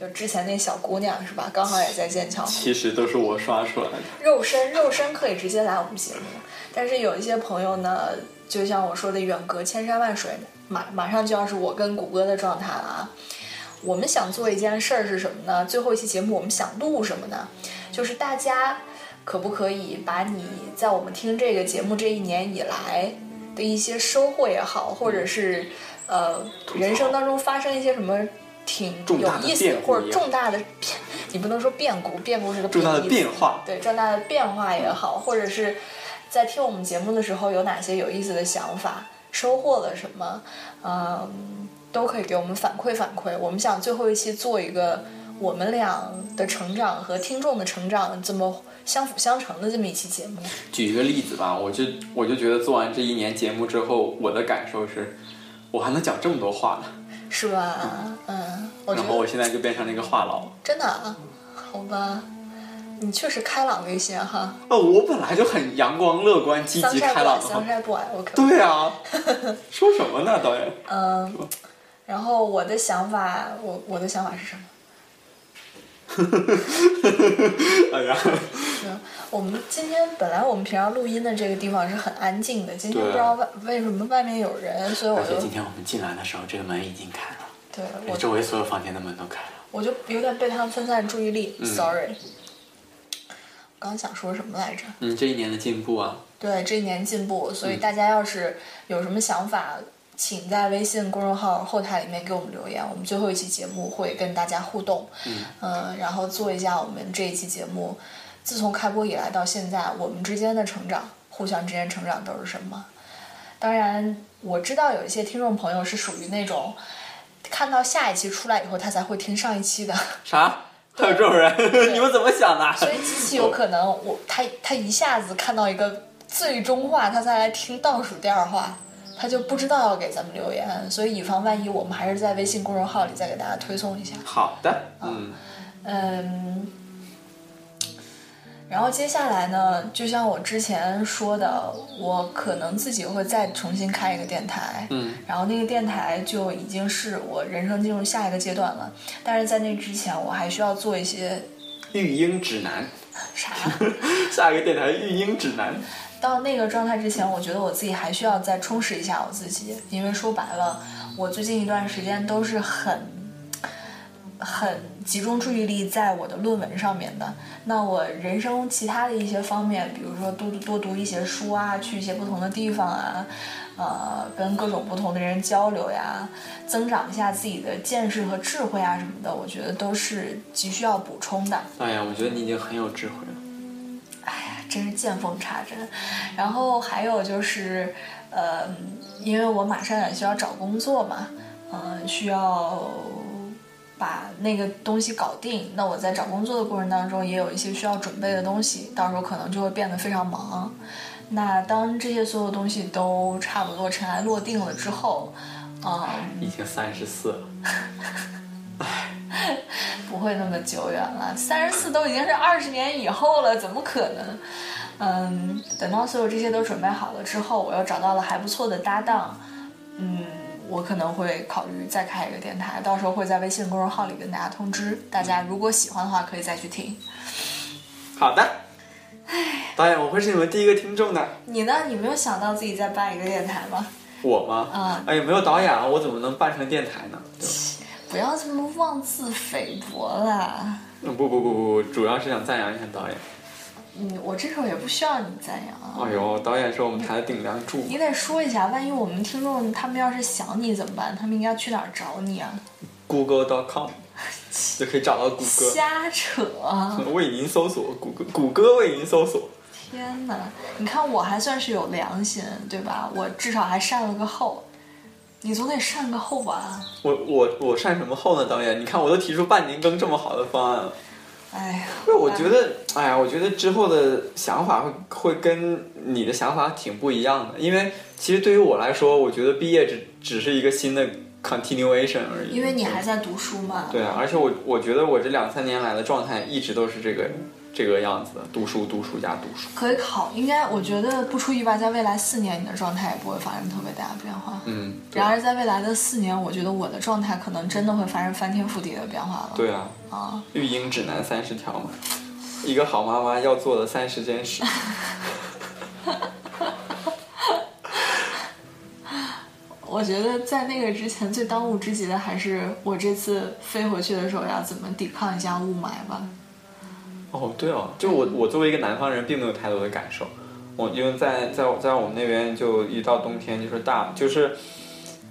S5: 就之前那小姑娘是吧？刚好也在剑桥，
S4: 其实都是我刷出来的。
S5: 肉身肉身可以直接来我们节目，但是有一些朋友呢，就像我说的，远隔千山万水，马马上就要是我跟谷歌的状态了啊。我们想做一件事儿是什么呢？最后一期节目我们想录什么呢？就是大家可不可以把你在我们听这个节目这一年以来的一些收获也好，或者是呃人生当中发生一些什么挺
S4: 重
S5: 有
S4: 大的
S5: 意思
S4: 变
S5: 的
S4: 故
S5: 或
S4: 一
S5: 者
S4: 样
S5: 重大的变，你不能说变故，变故是个
S4: 重大的
S5: 贬义词
S4: 变化
S5: 对重大的变化也好，或者是在听我们节目的时候有哪些有意思的想法，收获了什么，嗯，都可以给我们反馈反馈。我们想最后一期做一个我们俩的成长和听众的成长这么相辅相成的这么一期节目。
S4: 举一个例子吧，我就我就觉得做完这一年节目之后，我的感受是，我还能讲这么多话呢。
S5: 是吧？嗯，我觉
S4: 然后我
S5: 得
S4: 现在就变成了一个话痨。
S5: 真的啊，好吧，你确实开朗了一些哈，
S4: 呃，我本来就很阳光、乐观、积
S5: 桑
S4: 极、
S5: 晒不
S4: 开
S5: 矮，
S4: 朗的
S5: 桑
S4: 话。
S5: 晒不矮，我可
S4: 对啊， 说什么呢，导演？
S5: 嗯。然后我的想法，我我的想法是什么？
S4: 哎呀，
S5: 是嗯我们今天本来我们平常录音的这个地方是很安静的，今天
S4: 对啊
S5: 不知道外为什么外面有人，所以我
S4: 而且
S5: 就
S4: 今天我们进来的时候，这个门已经开了，
S5: 对
S4: 哎
S5: 我
S4: 周围所有房间的门都开了。
S5: 我就有点被他们分散注意力、s
S4: 嗯
S5: o r r y 我刚想说什么来着？
S4: 嗯，这一年的进步啊，
S5: 对，这一年进步，所以大家要是有什么想法，请在微信公众号后台里面给我们留言，我们最后一期节目会跟大家互动，嗯、然后做一下我们这一期节目，自从开播以来到现在，我们之间的成长，互相之间成长都是什么？当然，我知道有一些听众朋友是属于那种看到下一期出来以后，他才会听上一期的。
S4: 啥？还有这种 人？你们怎么想的？
S5: 所以极其有可能我他他一下子看到一个最终话，他再来听倒数第二话，他就不知道要给咱们留言，所以以防万一，我们还是在微信公众号里再给大家推送一下。
S4: 好的，嗯，
S5: 嗯，然后接下来呢，就像我之前说的，我可能自己会再重新开一个电台，
S4: 嗯，
S5: 然后那个电台就已经是我人生进入下一个阶段了，但是在那之前，我还需要做一些
S4: 育婴指南，
S5: 啥？
S4: 下一个电台育婴指南。
S5: 到那个状态之前，我觉得我自己还需要再充实一下我自己，因为说白了，我最近一段时间都是很很集中注意力在我的论文上面的。那我人生其他的一些方面，比如说多读多读一些书啊，去一些不同的地方啊，呃，跟各种不同的人交流呀，增长一下自己的见识和智慧啊什么的，我觉得都是急需要补充的。
S4: 导演，我觉得你已经很有智慧了。
S5: 真是见缝插针。然后还有就是，呃，因为我马上也需要找工作嘛，嗯、需要把那个东西搞定。那我在找工作的过程当中，也有一些需要准备的东西，到时候可能就会变得非常忙。那当这些所有东西都差不多尘埃落定了之后，嗯、
S4: 已经三十四了，
S5: 不会那么久远了，三十四都已经是二十年以后了，怎么可能？嗯，等到所有这些都准备好了之后，我又找到了还不错的搭档，嗯，我可能会考虑再开一个电台，到时候会在微信公众号里跟大家通知。大家如果喜欢的话，可以再去听。
S4: 好的。导演，我会是你们第一个听众的。
S5: 你呢？你没有想到自己再办一个电台吗？
S4: 我吗？
S5: 啊
S4: 哎呀，没有导演啊，我怎么能办成电台呢？对吧
S5: 不不要这么妄自菲薄啦。
S4: 嗯不不不不，主要是想赞扬一下导演。
S5: 嗯，我这时候也不需要你赞扬啊。
S4: 哎呦，导演是我们台的顶梁柱，
S5: 你得说一下，万一我们听众他们要是想你怎么办？他们应该去哪儿找你啊？
S4: Google.com 就可以找到谷歌。
S5: 瞎扯！啊
S4: 为您搜索谷歌，谷歌为您搜索。
S5: 天哪，你看我还算是有良心，对吧？我至少还善了个后，你总得善个后吧？
S4: 我我我善什么后呢？导演，你看我都提出半年更这么好的方案了。
S5: 哎呀，
S4: 不是，我觉得，
S5: 嗯
S4: 哎呀，我觉得之后的想法会会跟你的想法挺不一样的，因为其实对于我来说，我觉得毕业只只是一个新的 continuation 而已。
S5: 因为你还在读书嘛。
S4: 对啊，而且我我觉得我这两三年来的状态一直都是这个这个样子的，读书读书加读书。
S5: 可以考，应该我觉得不出意外，在未来四年你的状态也不会发生特别大的变化。
S4: 嗯，对
S5: 然而在未来的四年，我觉得我的状态可能真的会发生翻天覆地的变化了。
S4: 对啊，
S5: 啊，
S4: 育婴指南三十条嘛，一个好妈妈要做的三十件事。
S5: 我觉得在那个之前最当务之急的还是我这次飞回去的时候要怎么抵抗一下雾霾吧。
S4: 哦，对哦，就我我作为一个南方人，并没有太多的感受。我因为在在在我们那边，就一到冬天就是大，就是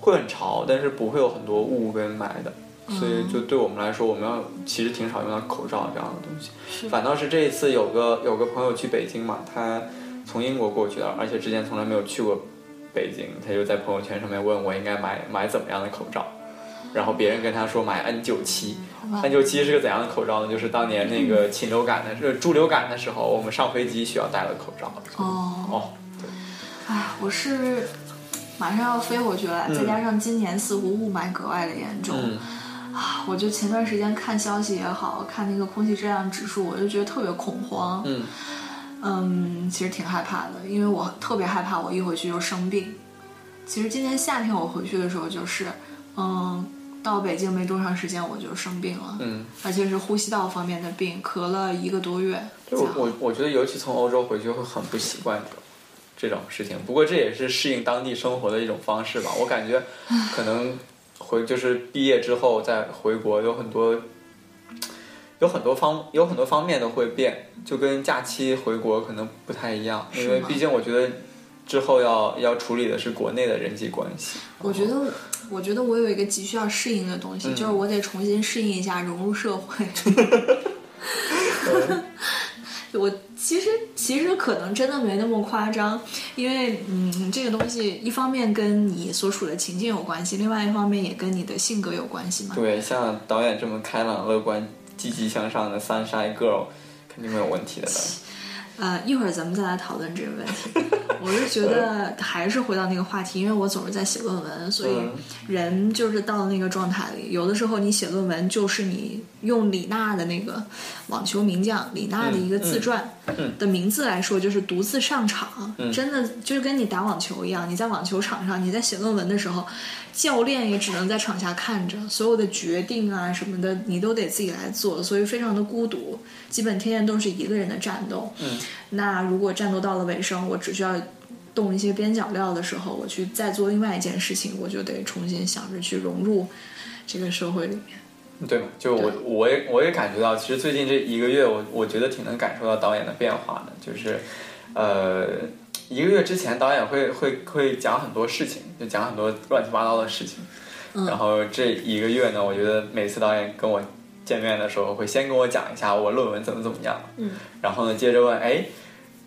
S4: 会很潮，但是不会有很多雾跟霾的，所以就对我们来说，我们要其实挺少用到口罩这样的东西。反倒是这一次有个有个朋友去北京嘛，他从英国过去的，而且之前从来没有去过北京，他就在朋友圈上面问我应该买买怎么样的口罩，然后别人跟他说买 N 9 7 N 9 7是个怎样的口罩呢？就是当年那个禽流感的、呃猪流感的时候，我们上飞机需要戴了口罩。
S5: 哦，
S4: 哦，
S5: 哎，我是马上要飞回去了，再加上今年似乎雾霾格外的严重。
S4: 嗯，
S5: 啊，我就前段时间看消息也好看那个空气质量指数，我就觉得特别恐慌。
S4: 嗯，
S5: 嗯，其实挺害怕的，因为我特别害怕我一回去就生病。其实今年夏天我回去的时候就是，嗯，到北京没多长时间我就生病了，
S4: 嗯，
S5: 而且是呼吸道方面的病，咳了一个多月。
S4: 就我我我觉得，尤其从欧洲回去会很不习惯这种这种事情。不过这也是适应当地生活的一种方式吧。我感觉可能回就是毕业之后再回国，有很多有很多方有很多方面都会变，就跟假期回国可能不太一样，因为
S5: 吗
S4: 毕竟我觉得之后要要处理的是国内的人际关系。
S5: 我觉
S4: 哦
S5: 得，我觉得我有一个急需要适应的东
S4: 嗯
S5: 西，就是我得重新适应一下，融入社会。 我其实其实可能真的没那么夸张，因为嗯，这个东西一方面跟你所处的情境有关系，另外一方面也跟你的性格有关系嘛。
S4: 对，像导演这么开朗、乐观、积极向上的 Sunshine Girl，肯定没有问题的。
S5: 呃，一会儿咱们再来讨论这个问题。我是觉得还是回到那个话题，因为我总是在写论文，所以
S4: 嗯
S5: 人就是到那个状态里，有的时候你写论文就是你用李娜的那个网球名将李娜的一个自传的名字来说，就是独自上场，真的就是跟你打网球一样，你在网球场上，你在写论文的时候，教练也只能在场下看着，所有的决定啊什么的，你都得自己来做，所以非常的孤独，基本天天都是一个人的战斗。嗯，那如果战斗到了尾声，我只需要动一些边角料的时候，我去再做另外一件事情，我就得重新想着去融入这个社会里面。
S4: 对嘛？就我我也我也感觉到，其实最近这一个月我，我觉得挺能感受到导演的变化的，就是，呃，一个月之前导演会会会讲很多事情，就讲很多乱七八糟的事情，然后这一个月呢，我觉得每次导演跟我见面的时候，会先跟我讲一下我论文怎么怎么样，嗯，然后呢，接着问，哎。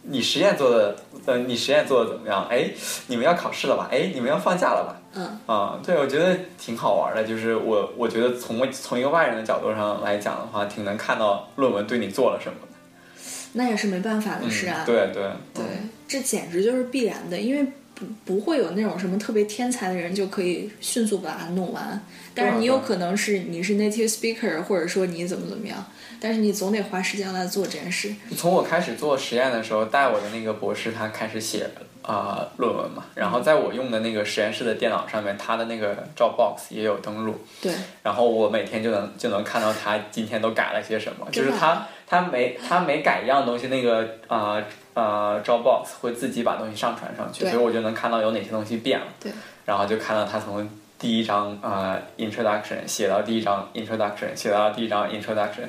S4: 你实验做的，呃，你实验做的怎么样？哎，你们要考试了吧？哎，你们要放假了吧？
S5: 嗯，
S4: 啊，对，我觉得挺好玩的，就是我我觉得从从一个外人的角度上来讲的话，挺能看到论文对你做了什么的。
S5: 那也是没办法的事啊。
S4: 嗯对对
S5: 对，
S4: 嗯
S5: 这简直就是必然的，因为不不会有那种什么特别天才的人就可以迅速把它弄完。但是你有可能是你是 native speaker，或者说你怎么怎么样，但是你总得花时间来做这件事。
S4: 嗯从我开始做实验的时候，带我的那个博士他开始写啊、呃论文嘛，然后在我用的那个实验室的电脑上面，他的那个 Dropbox 也有登录，
S5: 对，
S4: 然后我每天就能就能看到他今天都改了些什么，就
S5: 真的
S4: 是他他每他每改一样东西，那个啊啊 Dropbox 会自己把东西上传上去，
S5: 对
S4: 所以我就能看到有哪些东西变了。
S5: 对，
S4: 然后就看到他从第一章呃 introduction，写到第一章 introduction，写到第一章 introduction，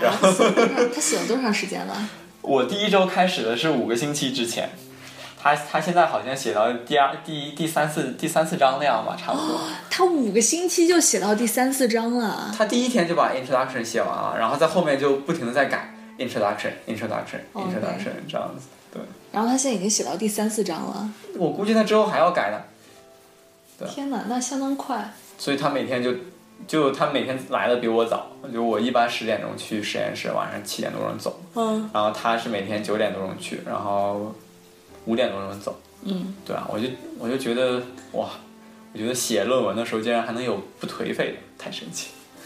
S4: 然后
S5: 啊写了多长他写了多长时间了？
S4: 我第一周开始的是五个星期之前，他他现在好像写到第二、第第三次、第三四章那样吧，差不多。
S5: 他五个星期就写到第三四章了。
S4: 他第一天就把 introduction 写完了，然后在后面就不停的在改 introduction、introduction、
S5: OK
S4: introduction 这样子。对，
S5: 然后他现在已经写到第三四章了，
S4: 我估计他之后还要改的，对
S5: 天哪，那相当快。
S4: 所以他每天就就他每天来的比我早，就我一般十点钟去实验室，晚上七点多钟走，
S5: 嗯，
S4: 然后他是每天九点多钟去，然后五点多钟走。
S5: 嗯，
S4: 对啊，我就我就觉得哇，我觉得写论文的时候竟然还能有不颓废的，太神奇了。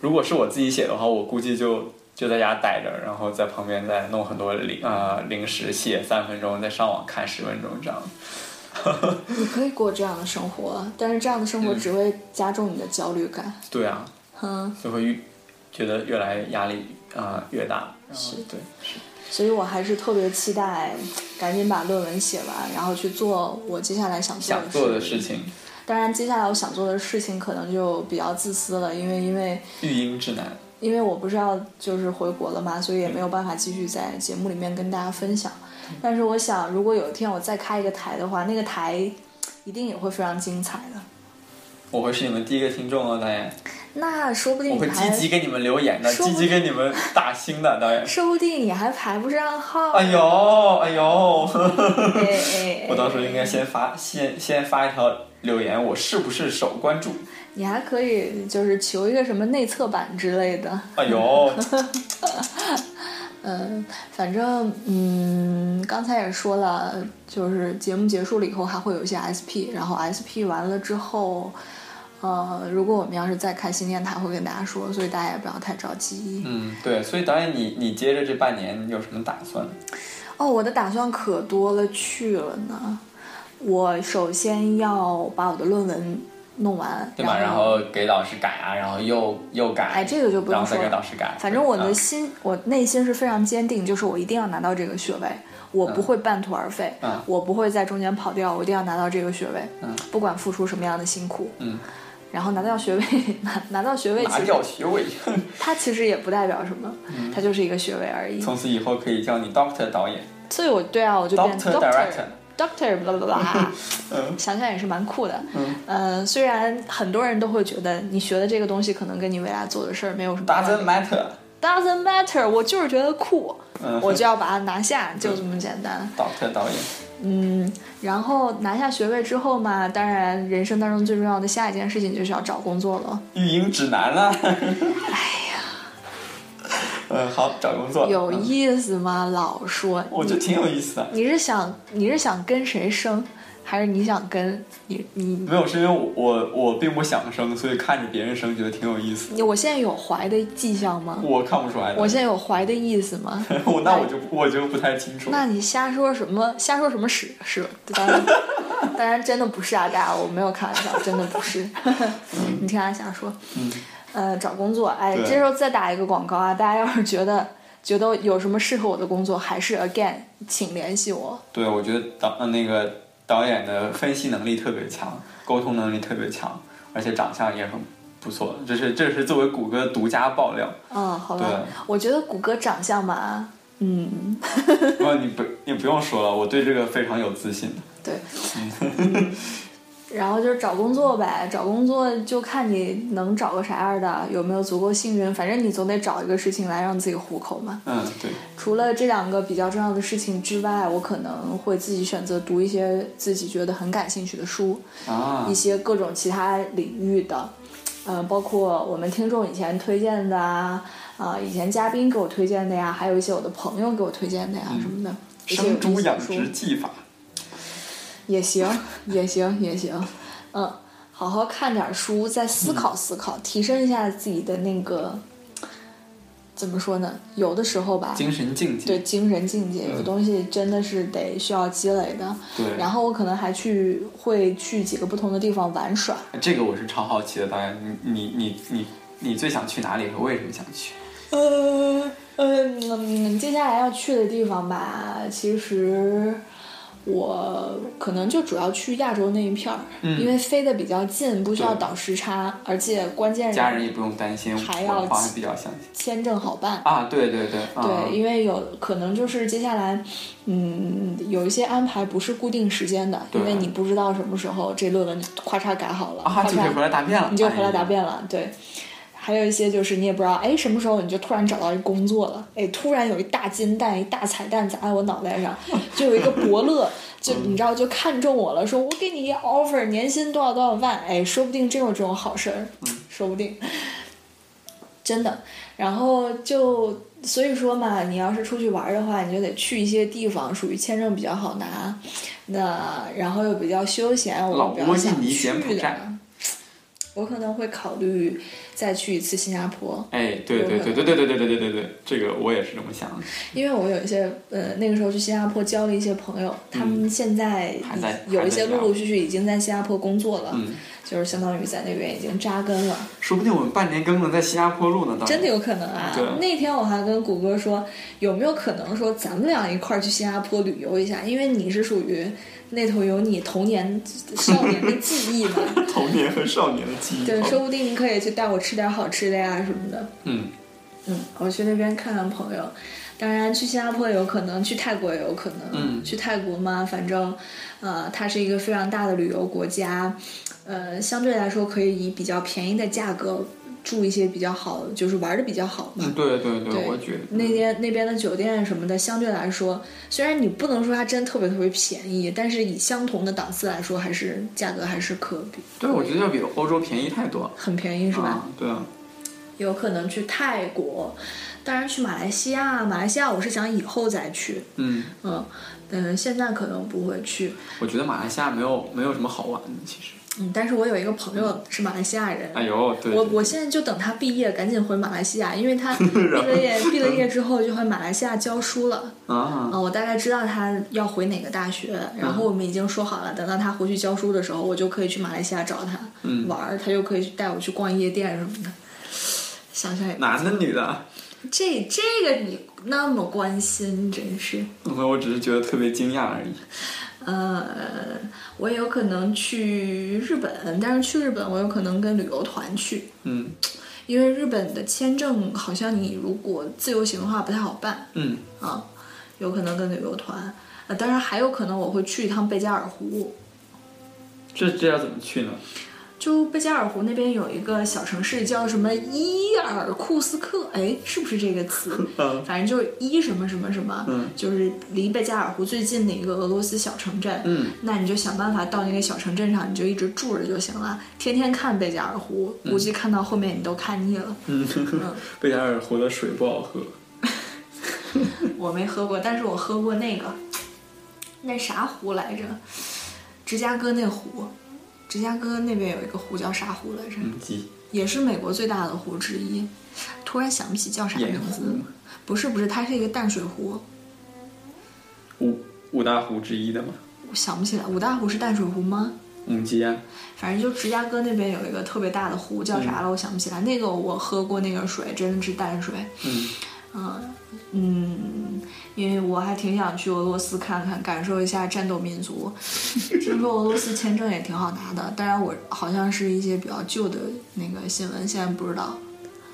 S4: 如果是我自己写的话，我估计就就在家待着，然后在旁边再弄很多零呃零食，写三分钟，再上网看十分钟这样。
S5: 你可以过这样的生活，但是这样的生活只会加重你的焦虑感。
S4: 对啊，
S5: 嗯，
S4: 就会越觉得越来压力啊、呃越大。然后
S5: 是
S4: 对，是
S5: 所以我还是特别期待赶紧把论文写完，然后去做我接下来想做
S4: 想做
S5: 的
S4: 的
S5: 事
S4: 事。情，
S5: 当然，接下来我想做的事情可能就比较自私了，因为因为
S4: 育婴指南。
S5: 因为我不是要就是回国了嘛，所以也没有办法继续在节目里面跟大家分享。
S4: 嗯
S5: 但是我想，如果有一天我再开一个台的话，那个台一定也会非常精彩的。
S4: 我会是你们第一个听众哦，导演，
S5: 那说不定
S4: 我
S5: 你
S4: 会积
S5: 还
S4: 极给你们留言的，
S5: 说
S4: 积
S5: 不
S4: 极给你们打星的，导演。
S5: 说不定你还排不上号。
S4: 哎呦，哎呦！
S5: 哎哎哎
S4: 我到时候应该先发先先发一条留言，我是不是首关注？
S5: 你还可以就是求一个什么内测版之类的。
S4: 哎 呦，
S5: 嗯，反正嗯，刚才也说了，就是节目结束了以后还会有一些 SP，然后 SP 完了之后，呃，如果我们要是再开新电台，会跟大家说，所以大家也不要太着急。
S4: 嗯，对，所以导演你你接着这半年有什么打算？
S5: 哦，我的打算可多了去了呢。我首先要把我的论文弄完，
S4: 对吧？然后给老师改啊，然后又又改，
S5: 哎这个就不用
S4: 然后再
S5: 说
S4: 给
S5: 了
S4: 老师改。
S5: 反正我的
S4: 嗯
S5: 心，我内心是非常坚定，就是我一定要拿到这个学位，
S4: 啊
S5: 我不会半途而废，
S4: 嗯
S5: 我不会在中间跑掉，我一定要拿到这个学位，
S4: 嗯
S5: 不管付出什么样的辛苦。
S4: 嗯
S5: 然后拿到学位，拿拿到学位，
S4: 拿
S5: 其实
S4: 掉学位，
S5: 它其实也不代表什么，它就是一个学位而已。
S4: 从此以后可以叫你 Doctor 导演。
S5: 所以我对啊，我就变
S4: Doctor Director
S5: doctor，doctor，blah blah blah，
S4: 嗯
S5: 想想也是蛮酷的。
S4: 嗯，
S5: 呃，虽然很多人都会觉得你学的这个东西可能跟你未来做的事儿没有什么关系
S4: ，Doesn't matter。
S5: doesn't matter，我就是觉得酷，
S4: 嗯
S5: 我就要把它拿下，就这么简单。
S4: Doctor 导演，
S5: 嗯，然后拿下学位之后嘛，当然人生当中最重要的下一件事情就是要找工 作了。
S4: 育婴指南啦。哎呀， 嗯，好，找工作
S5: 有
S4: 嗯
S5: 意思吗？老说，
S4: 我觉得挺有意思的。
S5: 你是想你是想跟谁生，还是你想跟你你
S4: 没有，是因为我我我并不想生，所以看着别人生觉得挺有意思。
S5: 你？我现在有怀的迹象吗？
S4: 我看不出来的，
S5: 我现在有怀的意思吗？
S4: 我那我就我就不太清楚。
S5: 那你瞎说什么？瞎说什么屎是？当然，当然真的不是啊，大家，我没有开玩笑，真的 不是。你听他瞎说。
S4: 嗯，
S5: 呃，找工作，哎，
S4: 对
S5: 这时候再打一个广告啊！大家要是觉得觉得有什么适合我的工作，还是 again，请联系我。
S4: 对，我觉得导呃那个导演的分析能力特别强，沟通能力特别强，而且长相也很不错。这是这是作为谷歌独家爆料。
S5: 嗯，好吧
S4: 对，啊
S5: 我觉得谷歌长相嘛，嗯，
S4: 不，哦你不你不用说了，我对这个非常有自信的。
S5: 对。
S4: 嗯
S5: 嗯然后就是找工作呗，找工作就看你能找个啥样的，有没有足够幸运，反正你总得找一个事情来让自己糊口嘛。
S4: 嗯，对，
S5: 除了这两个比较重要的事情之外，我可能会自己选择读一些自己觉得很感兴趣的书，
S4: 啊
S5: 一，些各种其他领域的，呃，包括我们听众以前推荐的啊，啊、以前嘉宾给我推荐的呀，还有一些我的朋友给我推荐的呀、什么的，一些
S4: 嗯
S5: 有
S4: 生猪
S5: 意思
S4: 养
S5: 的书
S4: 殖技法，
S5: 也行，也行，也行，嗯，好好看点书，再思考
S4: 嗯
S5: 思考，提升一下自己的那个，怎么说呢？有的时候吧，
S4: 精神境界。
S5: 对精神境界，有
S4: 嗯
S5: 的东西真的是得需要积累的。
S4: 对
S5: 然后我可能还去会去几个不同的地方玩耍。
S4: 这个我是超好奇的，导演，你你你你你最想去哪里和为什么想去？
S5: 呃呃，嗯接下来要去的地方吧，其实我可能就主要去亚洲那一片儿，因为飞的比较近，不需要
S4: 对
S5: 倒时差，而且关键
S4: 家人也不用担心，
S5: 还
S4: 我
S5: 要
S4: 好像比较相信
S5: 签证好办。
S4: 啊，对对对，嗯、
S5: 对，因为有可能就是接下来，嗯，有一些安排不是固定时间的，
S4: 对
S5: 因为你不知道什么时候这论文咔嚓改好了，
S4: 啊，
S5: 咔
S4: 就可以回
S5: 嚓
S4: 来答辩了，
S5: 你就回来答
S4: 哎呀
S5: 辩了，对。还有一些就是你也不知道，哎，什么时候你就突然找到一工作了，哎，突然有一大金蛋、一大彩蛋砸在我脑 袋上，就有一个伯乐，就
S4: 嗯
S5: 你知道就看中我了，说我给你一个 offer，年薪多少多少万，哎，说不定真有这种好事儿，
S4: 嗯
S5: 说不定，真的。然后就所以说嘛，你要是出去玩儿的话，你就得去一些地方，属于签证比较好拿，那然后又比较休闲，我
S4: 老
S5: 就比较
S4: 挝、印
S5: 想
S4: 尼、
S5: 去
S4: 柬埔
S5: 的
S4: 寨。
S5: 我可能会考虑再去一次新加坡，
S4: 哎，对对对对对对对对对对对，这个我也是这么想的，
S5: 因为我有一些呃那个时候去新加坡交了一些朋友，他们现在
S4: 嗯还在
S5: 已有一些
S4: 还在
S5: 陆陆续续已经在新加坡工作了，
S4: 嗯，
S5: 就是相当于在那边已经扎根了，
S4: 说不定我们半年更能在新加坡录呢，到时候
S5: 真的有可能啊
S4: 对！
S5: 那天我还跟谷歌说，有没有可能说咱们俩一块儿去新加坡旅游一下？因为你是属于那头有你 童年少年的记忆嘛，
S4: 童年和少年的记忆。
S5: 对，说不定你可以去带我吃点好吃的呀什么的。
S4: 嗯，
S5: 嗯，我去那边看看朋友。当然，去新加坡有可能，去泰国也有可能。
S4: 嗯
S5: 去泰国嘛，反正，呃，它是一个非常大的旅游国家，呃，相对来说可以以比较便宜的价格住一些比较好，就是玩的比较好嘛。
S4: 嗯，对对对，
S5: 对
S4: 我觉得
S5: 那边那边的酒店什么的，相对来说，虽然你不能说它真特别特别便宜，但是以相同的档次来说，还是价格还是可比
S4: 对，我觉得要比欧洲便宜太多了，
S5: 很便宜，是吧？
S4: 啊？对啊，
S5: 有可能去泰国，当然去马来西亚，马来西亚我是想以后再去，
S4: 嗯，
S5: 嗯嗯，现在可能不会去，
S4: 我觉得马来西亚没有没有什么好玩的，其实。
S5: 嗯，但是我有一个朋友是马来西亚人。
S4: 哎呦，对，
S5: 我
S4: 对
S5: 我现在就等他毕业，赶紧回马来西亚，因 为他毕了业，毕了业之后就回马来西亚教书了。
S4: 啊
S5: 嗯、，我大概知道他要回哪个大学，然后我们已经说好了，等到他回去教书的时候，我就可以去马来西亚找他、
S4: 嗯
S5: 玩儿，他就可以带我去逛夜店什么的。想想也
S4: 男的女的啊？
S5: 这这个你那么关心，真是。
S4: 我我只是觉得特别惊讶而已。
S5: 呃，我有可能去日本，但是去日本我有可能跟旅游团去，
S4: 嗯
S5: 因为日本的签证好像你如果自由行的话不太好办
S4: 嗯，
S5: 啊，有可能跟旅游团。呃，当然还有可能我会去一趟贝加尔湖，
S4: 这这要怎么去呢？
S5: 就贝加尔湖那边有一个小城市叫什么伊尔库斯克，哎，是不是这个词？
S4: 嗯
S5: 反正就是伊什么什么什么，
S4: 嗯
S5: 就是离贝加尔湖最近的一个俄罗斯小城镇。
S4: 嗯，
S5: 那你就想办法到那个小城镇上，你就一直住着就行了，天天看贝加尔湖，估计看到后面你都看腻了。
S4: 嗯，贝加尔湖的水不好喝。
S5: 我没喝过，但是我喝过那个那啥湖来着，芝加哥那湖，芝加哥那边有一个湖叫啥湖来着？
S4: 嗯，鸡
S5: 也是美国最大的湖之一，突然想不起叫啥
S4: 盐
S5: 名
S4: 湖
S5: 字。不是不是，它是一个淡水湖，
S4: 五五大湖之一的嘛。
S5: 我想不起来。五大湖是淡水湖吗？
S4: 母鸡啊，
S5: 反正就芝加哥那边有一个特别大的湖，叫啥了？我想不起来。那个我喝过那个水，真的是淡水。
S4: 嗯
S5: 嗯嗯，因为我还挺想去俄罗斯看看，感受一下战斗民族。听说俄罗斯签证也挺好拿的，当然我好像是一些比较旧的那个新闻，现在不知道。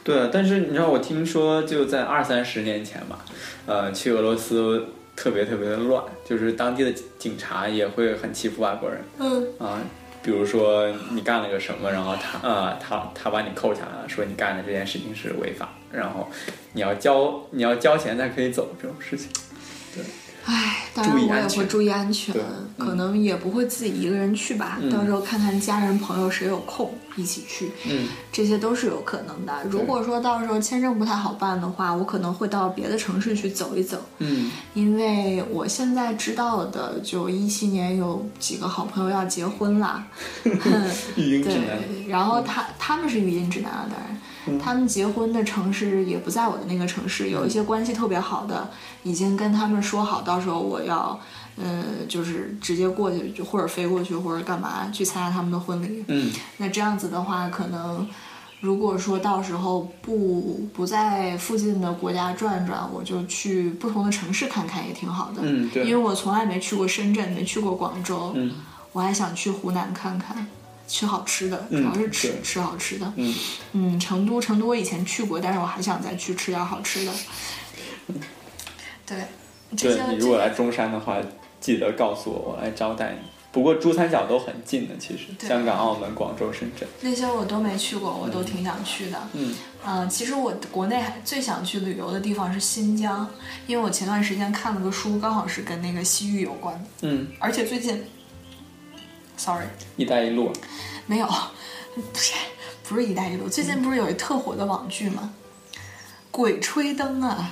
S4: 对，啊但是你知道，我听说就在二三十年前吧，呃，去俄罗斯特别特别的乱，就是当地的警察也会很欺负外国人
S5: 嗯。
S4: 啊、比如说你干了个什么，然后他呃他他把你扣下来了，说你干的这件事情是违法，然后你要交你要交钱才可以走这种事情。
S5: 唉，当
S4: 注
S5: 然
S4: 意
S5: 我也
S4: 安
S5: 会
S4: 全
S5: 注意安全，
S4: 对嗯
S5: 可能也不会自己一个人去吧，
S4: 嗯
S5: 到时候看看家人朋友谁有空一起去，
S4: 嗯
S5: 这些都是有可能的。如果说到时候签证不太好办的话，我可能会到别的城市去走一走，
S4: 嗯
S5: 因为我现在知道的，就一七年有几个好朋友要结 婚啦，
S4: 育婴指南嗯
S5: 对，然后他他们是语音指南啊了，当然。他们结婚的城市也不在我的那个城市，有一
S4: 嗯
S5: 些关系特别好的，已经跟他们说好，到时候我要，呃，就是直接过去，就或者飞过去，或者干嘛去参加他们的婚礼。
S4: 嗯
S5: 那这样子的话，可能，如果说到时候不不在附近的国家转转，我就去不同的城市看看也挺好的。
S4: 嗯对
S5: 因为我从来没去过深圳，没去过广州，
S4: 嗯
S5: 我还想去湖南看看，吃好吃的，主
S4: 嗯
S5: 要是吃、
S4: 对
S5: 吃好吃的。
S4: 嗯，
S5: 嗯，成都，成都我以前去过，但是我还想再去吃点好吃的。对，
S4: 嗯
S5: 这
S4: 对
S5: 些
S4: 你如果来
S5: 这些
S4: 中山的话，记得告诉我，我来招待你。不过珠三角都很近的，其实
S5: 对
S4: 香港、澳门、广州、深圳。
S5: 那些我都没去过，我都挺想去的。
S4: 嗯
S5: 嗯，其实我国内还最想去旅游的地方是新疆，因为我前段时间看了个书，刚好是跟那个西域有关的，
S4: 嗯，
S5: 而且最近，sorry，
S4: 一带一路，
S5: 没有， 不是不是“一带一路”，最近
S4: 嗯
S5: 不是有一特火的网剧吗？鬼吹灯啊！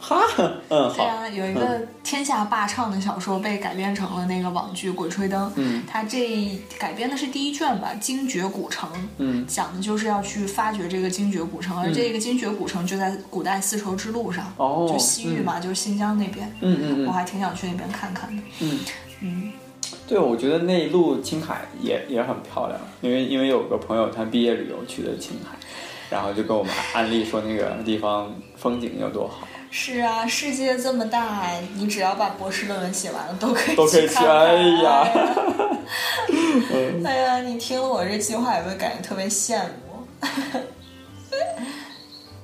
S4: 哈，嗯
S5: 对
S4: 好，
S5: 啊，有一个天下霸唱的小说被改编成了那个网剧《鬼吹灯》。
S4: 嗯
S5: 它这改编的是第一卷吧，《精绝古城》。
S4: 嗯
S5: 讲的就是要去发掘这个精绝古城，而这个精绝古城就在古代丝绸之路上，
S4: 哦
S5: 就西域嘛，就是新疆那边。
S4: 嗯嗯嗯
S5: 我还挺想去那边看看的。
S4: 嗯，
S5: 嗯，
S4: 对，我觉得那一路青海也也很漂亮，因为因为有个朋友他毕业旅游去的青海，然后就跟我们安利说那个地方风景有多好，
S5: 是啊，世界这么大，你只要把博士论文写完了，都可以
S4: 都可以去。
S5: 看看
S4: 哎 呀，嗯
S5: 哎呀，你听了我这计划，有没有感觉特别羡慕？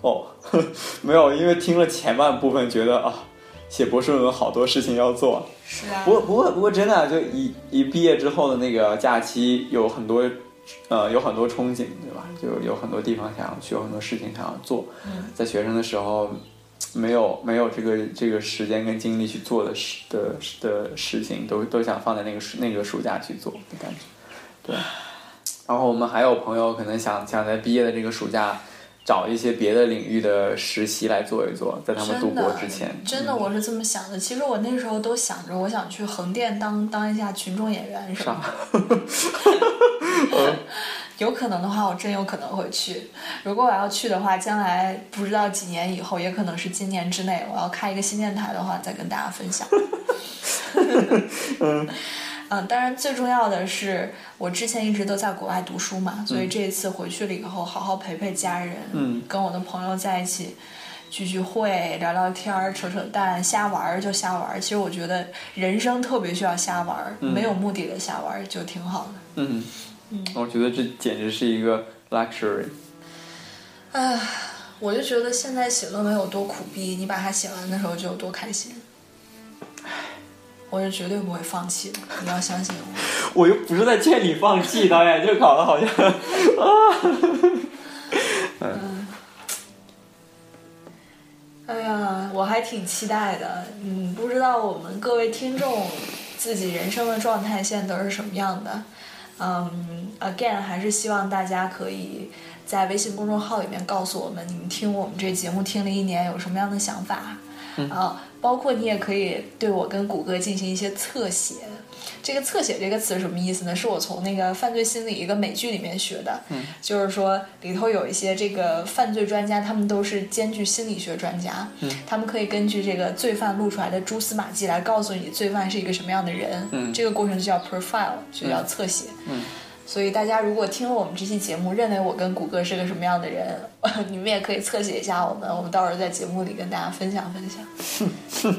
S4: 哦， 呵没有，因为听了前半部分觉得啊，写博士论文好多事情要做，
S5: 是啊
S4: 不，过不过不过真的就一一毕业之后的那个假期有很多，呃，有很多憧憬，对
S5: 嗯
S4: 吧？就有很多地方想要去，有很多事情想要做。在学生的时候，没有没有这个这个时间跟精力去做的事的的事情，都都想放在那个暑那个暑假去做的感觉。对。然后我们还有朋友可能想想在毕业的这个暑假。找一些别的领域的实习来做一做，在他们读
S5: 真
S4: 博
S5: 的
S4: 之前，嗯
S5: 真的我是这么想的。其实我那时候都想着，我想去横店当当一下群众演员什么
S4: 啥
S5: 的。？有可能的话，我真有可能会去。如果我要去的话，将来不知道几年以后，也可能是今年之内，我要开一个新电台的话，再跟大家分享。嗯，当然最重要的是，我之前一直都在国外读书嘛，所以这一次回去了以后，好好陪陪家人，
S4: 嗯
S5: 跟我的朋友在一起聚聚会、聊聊天儿、扯扯淡、瞎玩儿就瞎玩儿。其实我觉得人生特别需要瞎玩儿，没有目的的瞎玩儿就挺好的。
S4: 嗯，我觉得这简直是一个 luxury。
S5: 唉，我就觉得现在写论文有多苦逼，你把它写完的时候就有多开心。我是绝对不会放弃的，你要相信我。
S4: 我又不是在劝你放弃，导演就搞得好像啊，
S5: 哎呀，我还挺期待的，嗯，不知道我们各位听众自己人生的状态现在都是什么样的。嗯，again，还是希望大家可以在微信公众号里面告诉我们，你们听我们这节目听了一年有什么样的想法。啊，包括你也可以对我跟谷歌进行一些侧写。这个“侧写”这个词是什么意思呢？是我从那个犯罪心理一个美剧里面学的，就是说里头有一些这个犯罪专家，他们都是兼具心理学专家，他们可以根据这个罪犯露出来的蛛丝马迹来告诉你罪犯是一个什么样的人。
S4: 嗯
S5: 这个过程就叫 profile，就叫侧写。所以大家如果听了我们这期节目，认为我跟谷歌是个什么样的人， 你们也可以侧写一下我们，我们到时候在节目里跟大家分享分享。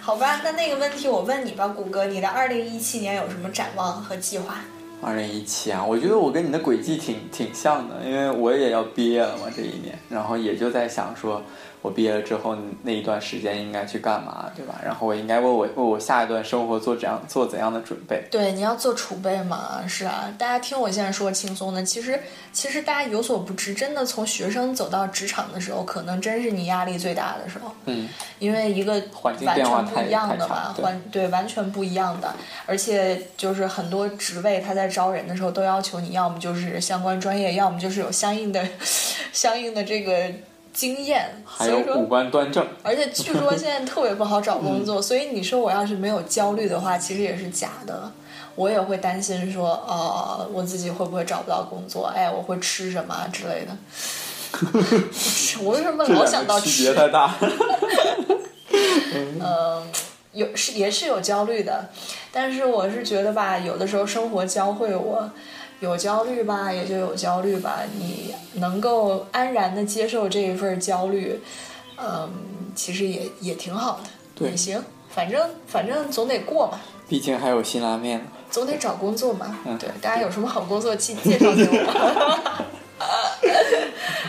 S5: 好吧，那那个问题我问你吧，谷歌，你的二零一七年有什么展望和计划？
S4: 二零一七啊，我觉得我跟你的轨迹挺挺像的，因为我也要毕业了嘛，这一年，然后也就在想说，我毕业了之后那一段时间应该去干嘛，对吧？然后我应该为我为我下一段生活做怎样做怎样的准备？
S5: 对，你要做储备嘛，是啊。大家听我现在说轻松的，其实其实大家有所不知，真的从学生走到职场的时候，可能真是你压力最大的时候。
S4: 嗯，
S5: 因为一个
S4: 环境
S5: 完
S4: 变化
S5: 全不
S4: 太
S5: 一样
S4: 太
S5: 的
S4: 差
S5: 嘛，
S4: 对
S5: 环对完全不一样的，而且就是很多职位他在招人的时候都要求你要么就是相关专业，要么就是有相应的相应的这个经验，
S4: 还
S5: 所
S4: 有
S5: 以
S4: 五
S5: 说。
S4: 官端正，
S5: 而且据说现在特别不好找 工作，所以你说我要是没有焦虑的话，其实也是假的。我也会担心说，呃，我自己会不会找不到工作？哎，我会吃什么啊之 类的。我为什么
S4: 这
S5: 老
S4: 两
S5: 想
S4: 个
S5: 到
S4: 区
S5: 吃？
S4: 别太大。
S5: 有是也是有焦虑的，但是我是觉得吧，有的时候生活教会我，有焦虑吧，也就有焦虑吧。你能够安然的接受这一份焦虑，嗯，其实也也挺好的，
S4: 对
S5: 也行。反正反正总得过嘛，
S4: 毕竟还有辛拉面呢。
S5: 总得找工作嘛。
S4: 嗯
S5: 对，大家有什么好工作介介绍给我。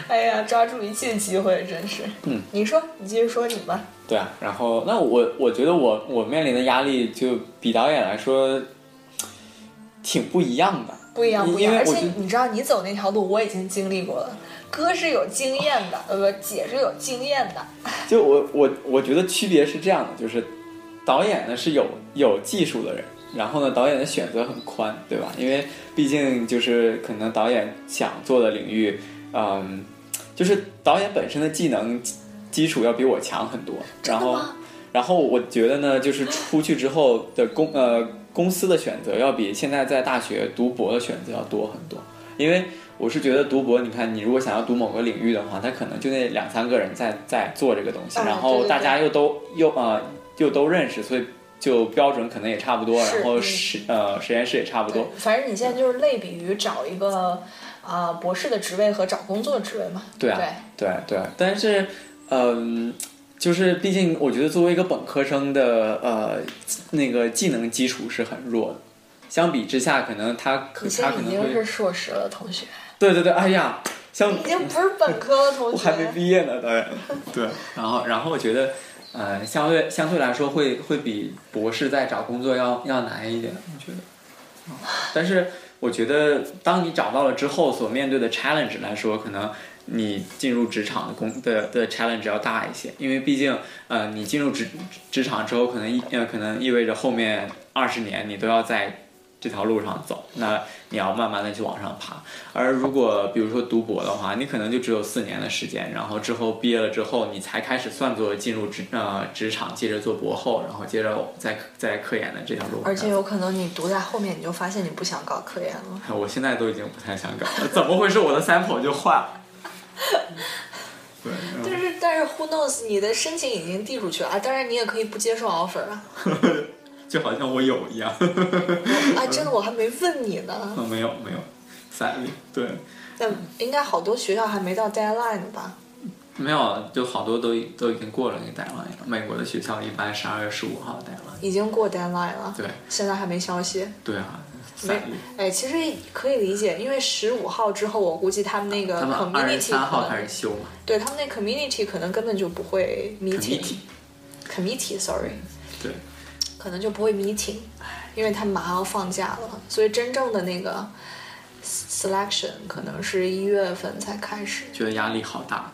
S5: 哎呀，抓住一切机会，真是。
S4: 嗯，
S5: 你说，你继续说你吧。
S4: 对啊，然后那我我觉得我我面临的压力就比导演来说挺不一样的，
S5: 不一样，
S4: 因
S5: 不一样。
S4: 因为
S5: 而
S4: 我
S5: 且
S4: 觉得
S5: 你知道，你走那条路，我已经经历过了。哥是有经验的，呃，不，姐是有经验的。
S4: 就我我我觉得区别是这样的，就是导演呢是有有技术的人，然后呢导演的选择很宽，对吧？因为毕竟就是可能导演想做的领域，嗯，就是导演本身的技能基基础要比我强很多。然后，然后我觉得呢，就是出去之后的公呃公司的选择要比现在在大学读博的选择要多很多，因为。我是觉得读博，你看，你如果想要读某个领域的话，他可能就那两三个人在在做这个东西，
S5: 啊
S4: 然
S5: 对
S4: 后
S5: 对
S4: 大
S5: 对
S4: 家又都又呃又都认识，所以就标准可能也差不多，
S5: 是
S4: 然后
S5: 嗯
S4: 实呃实验室也差不
S5: 对
S4: 多，，
S5: 反正你现在就是类比于找一个啊、博士的职位和找工作职位嘛。
S4: 对啊，对对，但是，嗯、就是毕竟我觉得作为一个本科生的呃那个技能基础是很弱的，相比之下，可能他可
S5: 你现
S4: 他
S5: 在
S4: 可
S5: 已
S4: 能
S5: 经
S4: 会
S5: 是硕士了，同学，
S4: 对对对，哎呀，相
S5: 已经不是本科了，同
S4: 我
S5: 学。
S4: 还没毕业呢，导演。对，然后然后我觉得，呃，相对相对来说会会比博士在找工作要要难一点，我觉得。但是我觉得，当你找到了之后，所面对的 challenge 来说，可能你进入职场的工的的 challenge 要大一些，因为毕竟，呃，你进入职职场之后，可能意呃可能意味着后面二十年你都要在这条路上走，那你要慢慢的去往上爬。而如果比如说读博的话，你可能就只有四年的时间，然后之后毕业了之后，你才开始算作进入职呃职场，接着做博后，然后接着在在科研的这条路上走。
S5: 而且有可能你读在后面，你就发现你不想搞科研了。
S4: 我现在都已经不太想搞了，怎么会是我的 sample 就坏了？对，
S5: 但是，但是，who knows？你的申请已经递出去了啊，当然你也可以不接受 offer 啊。
S4: 就好像我有一样，
S5: 啊，真的，我还没问你呢。
S4: 没有没有，sadly，对，
S5: 那应该好多学校还没到 deadline 吧？
S4: 没有，就好多都已都已经过了那个 deadline 了。美国的学校一般十二月十五号 deadline，
S5: 已经过 deadline 了，
S4: 对
S5: 现在还没消息。
S4: 对啊
S5: 没
S4: ，sadly，，
S5: 哎，其实也可以理解，因为十五号之后，我估计他们那个
S4: 他们二十
S5: 呃 community
S4: 三号
S5: 可
S4: 开始
S5: 能，
S4: 修嘛
S5: 对他们那 community 可能根本就不会
S4: ，committee，嗯
S5: meeting，committee，sorry，
S4: 对，
S5: 可能就不会 meeting，因为他们马上要放假了，所以真正的那个 selection 可能是一月份才开始。
S4: 觉得压力好大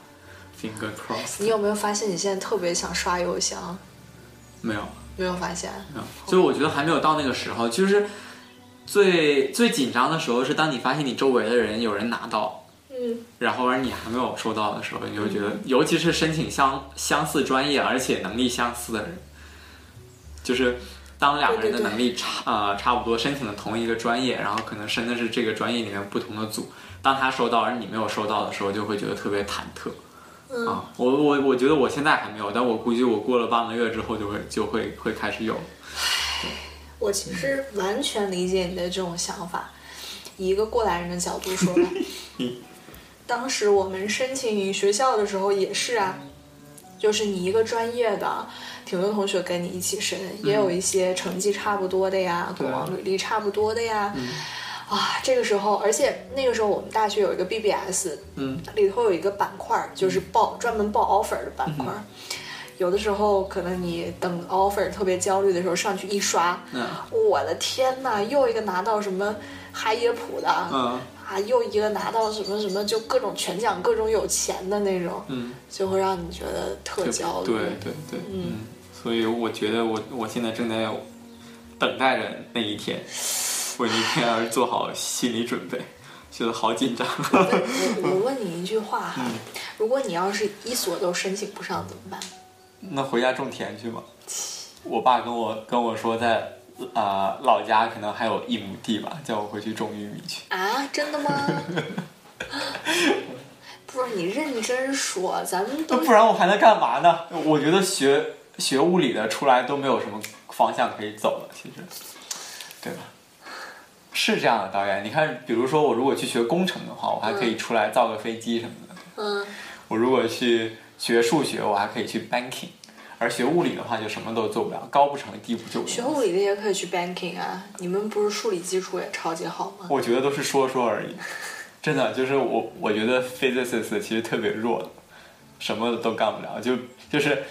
S4: ，finger cross，
S5: 你有没有发现你现在特别想刷邮箱？
S4: 没有。
S5: 没有发现？
S4: 嗯就是我觉得还没有到那个时候，就是最最紧张的时候是当你发现你周围的人有人拿到，
S5: 嗯，
S4: 然后而你还没有收到的时候，你会觉得，尤其是申请相相似专业而且能力相似的人，就是当两个人的
S5: 对对对
S4: 能力差呃差不多，申请了同一个专业，然后可能申的是这个专业里面不同的组，当他收到而你没有收到的时候，就会觉得特别忐忑。啊，我我我觉得我现在还没有，但我估计我过了半个月之后就会就会会开始有。
S5: 我其实完全理解你的这种想法。以一个过来人的角度说吧，当时我们申请学校的时候也是啊，就是你一个专业的，挺多同学跟你一起申，也有一些成绩差不多的呀，过往履历差不多的呀。啊，这个时候，而且那个时候我们大学有一个 BBS，
S4: 嗯，
S5: 里头有一个板块儿，就是报专门报 offer 的板
S4: 嗯
S5: 块儿。有的时候可能你等 offer 特别焦虑的时候，上去一刷，
S4: 嗯
S5: 我的天呐，又一个拿到什么哈耶普的，
S4: 嗯
S5: 啊，又一个拿到什么什么，就各种全奖、各种有钱的那种，
S4: 嗯，
S5: 就会让你觉得特
S4: 对
S5: 焦虑。
S4: 对对对，嗯，所以我觉得我我现在正在等待着那一天，为那一天而做好心理准备，觉得好紧张。
S5: 我我问你一句话
S4: 嗯
S5: 哈，如果你要是一所都申请不上怎么办？
S4: 那回家种田去吧。我爸跟我跟我说在。啊、老家可能还有一亩地吧，叫我回去种玉米去。
S5: 啊，真 的吗？不是你认真说，咱们
S4: 那
S5: 都
S4: 不然我还能干嘛呢？我觉得学学物理的出来都没有什么方向可以走了，其实，对吧？是这样的，导演，你看，比如说我如果去学工程的话，我还可以出来造个飞机什么的；
S5: 嗯，
S4: 我如果去学数学，我还可以去 banking；而学物理的话，就什么都做不了，高不成低不就。
S5: 学物理的也可以去 banking 啊，你们不是数理基础也超级好吗？
S4: 我觉得都是说说而已，真的就是我，我觉得 physicist 其实特别弱，什么都干不了，就就是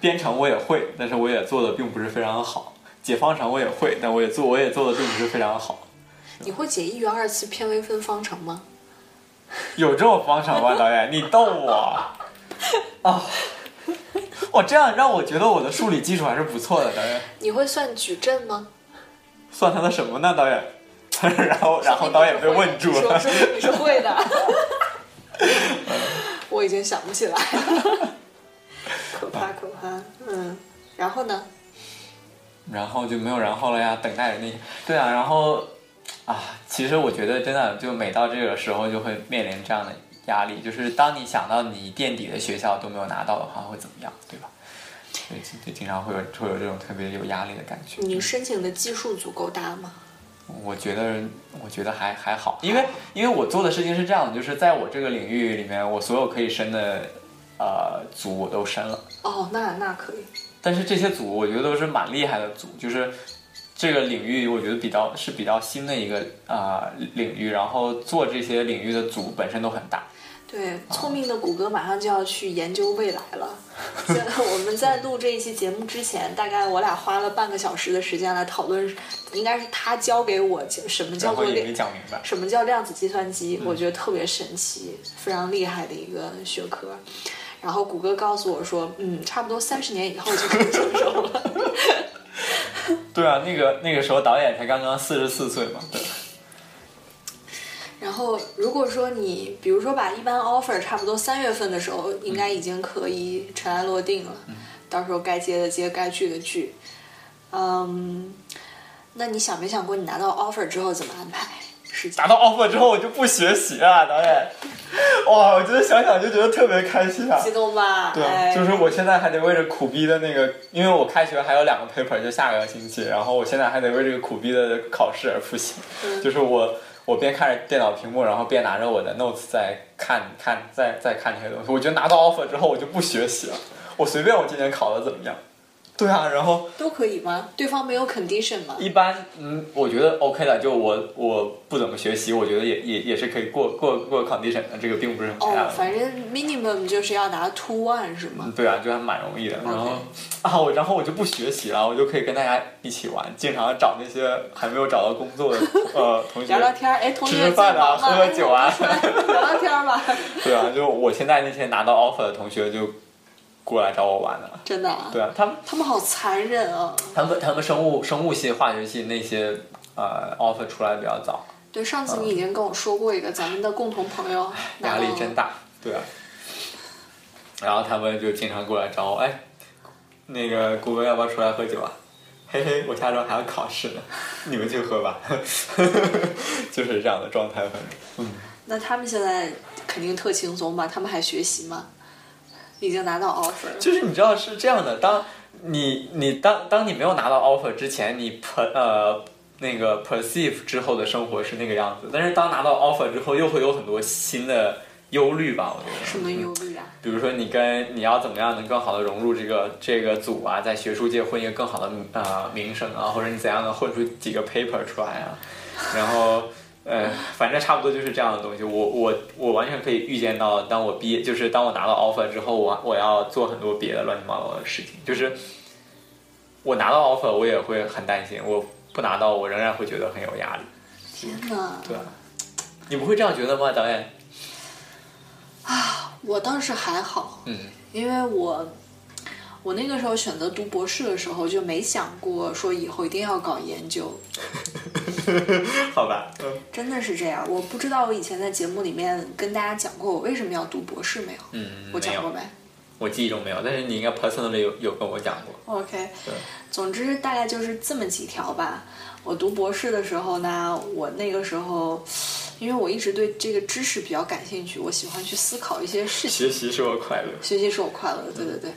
S4: 编程我也会，但是我也做的并不是非常好；解方程我也会，但我也做我也做的并不是非常好。
S5: 你会解一元二次偏微分方程吗？
S4: 有这种方程吗，导演？你逗我啊！我这样让我觉得我的数理基础还是不错的，导演。
S5: 你会算矩阵吗？
S4: 算他的什么呢，导演？ 然后，然后导演被问住
S5: 说
S4: 了。嗯
S5: 说明你是会 的。我已经想不起来 了，可怕可怕。嗯，然后呢？
S4: 然后就没有然后了呀，等待着那些。对啊，然后啊，其实我觉得真的，就每到这个时候就会面临这样的压力，就是当你想到你垫底的学校都没有拿到的话，会怎么样，对吧？所以就就经常会有会有这种特别有压力的感觉。
S5: 你申请的基数足够大吗？
S4: 我觉得，我觉得还还好，因为因为我做的事情是这样的，就是在我这个领域里面，我所有可以申的呃组我都申了。
S5: 哦，那那可以。
S4: 但是这些组我觉得都是蛮厉害的组，就是这个领域我觉得比较是比较新的一个啊、呃领域，然后做这些领域的组本身都很大。啊
S5: 对，聪明的谷歌马上就要去研究未来 了。在我们在录这一期节目之前，大概我俩花了半个小时的时间来讨论，应该是他教给我什么叫
S4: 然后
S5: 做
S4: 也
S5: 量
S4: 没嗯讲明白，
S5: 什么叫量子计算机，我觉得特别神奇，非常厉害的一个学科。然后谷歌告诉我说，嗯，差不多三十年以后就可以成熟了。
S4: 对啊，那个那个时候导演才刚刚四十四岁嘛，对，
S5: 然后如果说你，比如说把一般 offer 差不多三月份的时候，应
S4: 嗯
S5: 该已经可以尘埃落定了，到时候该接的接，该剧的剧。嗯，那你想没想过你拿到 offer 之后怎么安排时间
S4: 拿？到 offer 之后我就不学习了，导演，哇，我觉得想想就觉得特别开心啊。
S5: 激动 吧？
S4: 对，
S5: 哎
S4: 就是我现在还得为这苦逼的那个，因为我开学还有两个 paper，就下个星期，然后我现在还得为这个苦逼的考试而复习。 就是我，我边看着电脑屏幕，然后边拿着我的 notes 在看看在在看这些东西。我觉得拿到 offer 之后，我就不学习了，我随便我今年考的怎么样。对啊，然后
S5: 都可以吗？对方没有 condition 吗？
S4: 一般，嗯，我觉得 OK 的，就我我不怎么学习，我觉得也也也是可以过过过 condition 的，这个并不是很大
S5: 哦
S4: 的，。
S5: 反正 minimum 就是要拿 two one 是吗？
S4: 对啊，就还蛮容易的。然后 啊，我然后我就不学习了，我就可以跟大家一起玩，经常找那些还没有找到工作的 呃同学
S5: 聊聊天儿，哎，同
S4: 吃
S5: 学
S4: 吃饭啊，喝喝酒，啊。
S5: 聊聊天儿 吧，
S4: 对啊，就我现在那些拿到 offer 的同学就过来找我玩了。
S5: 真的、啊。
S4: 对啊，他们
S5: 他们好残忍啊！
S4: 他们他们生物生物系、化学系那些呃 offer 出来比较早，
S5: 对，上次你已经跟我说过一个咱们的共同朋友，
S4: 啊压力真
S5: 大。
S4: 大。对啊，然后他们就经常过来找我，哎，那个顾哥要不要出来喝酒啊？嘿嘿，我下周还要考试呢，你们去喝吧。 就是这样的状态，反正。
S5: 那他们现在肯定特轻松吧？他们还学习吗？已经拿到 offer 了。
S4: 就是你知道是这样的，当你你当当你没有拿到 offer 之前，你 per 呃那个 perceive 之后的生活是那个样子，但是当拿到 offer 之后，又会有很多新的忧虑吧，我觉得。
S5: 什么忧虑啊？
S4: 比如说你跟你要怎么样能更好的融入这个这个组啊，在学术界混一个更好的呃名声啊，或者你怎样能混出几个 paper 出来啊，然后呃，反正差不多就是这样的东西。我我我完全可以预见到，当我毕业，就是当我拿到 offer 之后，我我要做很多别的乱七八糟的事情，就是我拿到 offer 我也会很担心，我不拿到我仍然会觉得很有压力。
S5: 天哪！
S4: 对啊，你不会这样觉得吗，导演？
S5: 我倒是还好，
S4: 嗯
S5: 因为我我那个时候选择读博士的时候就没想过说以后一定要搞研究，
S4: 好吧，嗯。
S5: 真的是这样。我不知道我以前在节目里面跟大家讲过我为什么要读博士没有？
S4: 嗯
S5: 我
S4: 没
S5: 讲
S4: 有
S5: 过呗。
S4: 我记忆中没有，但是你应该 personally 有有跟我讲过。
S5: OK，
S4: 对
S5: 总之大概就是这么几条吧。我读博士的时候呢，我那个时候，因为我一直对这个知识比较感兴趣，我喜欢去思考一些事情。
S4: 学习是我快乐。
S5: 学习是我快乐
S4: 嗯
S5: 的，对对对，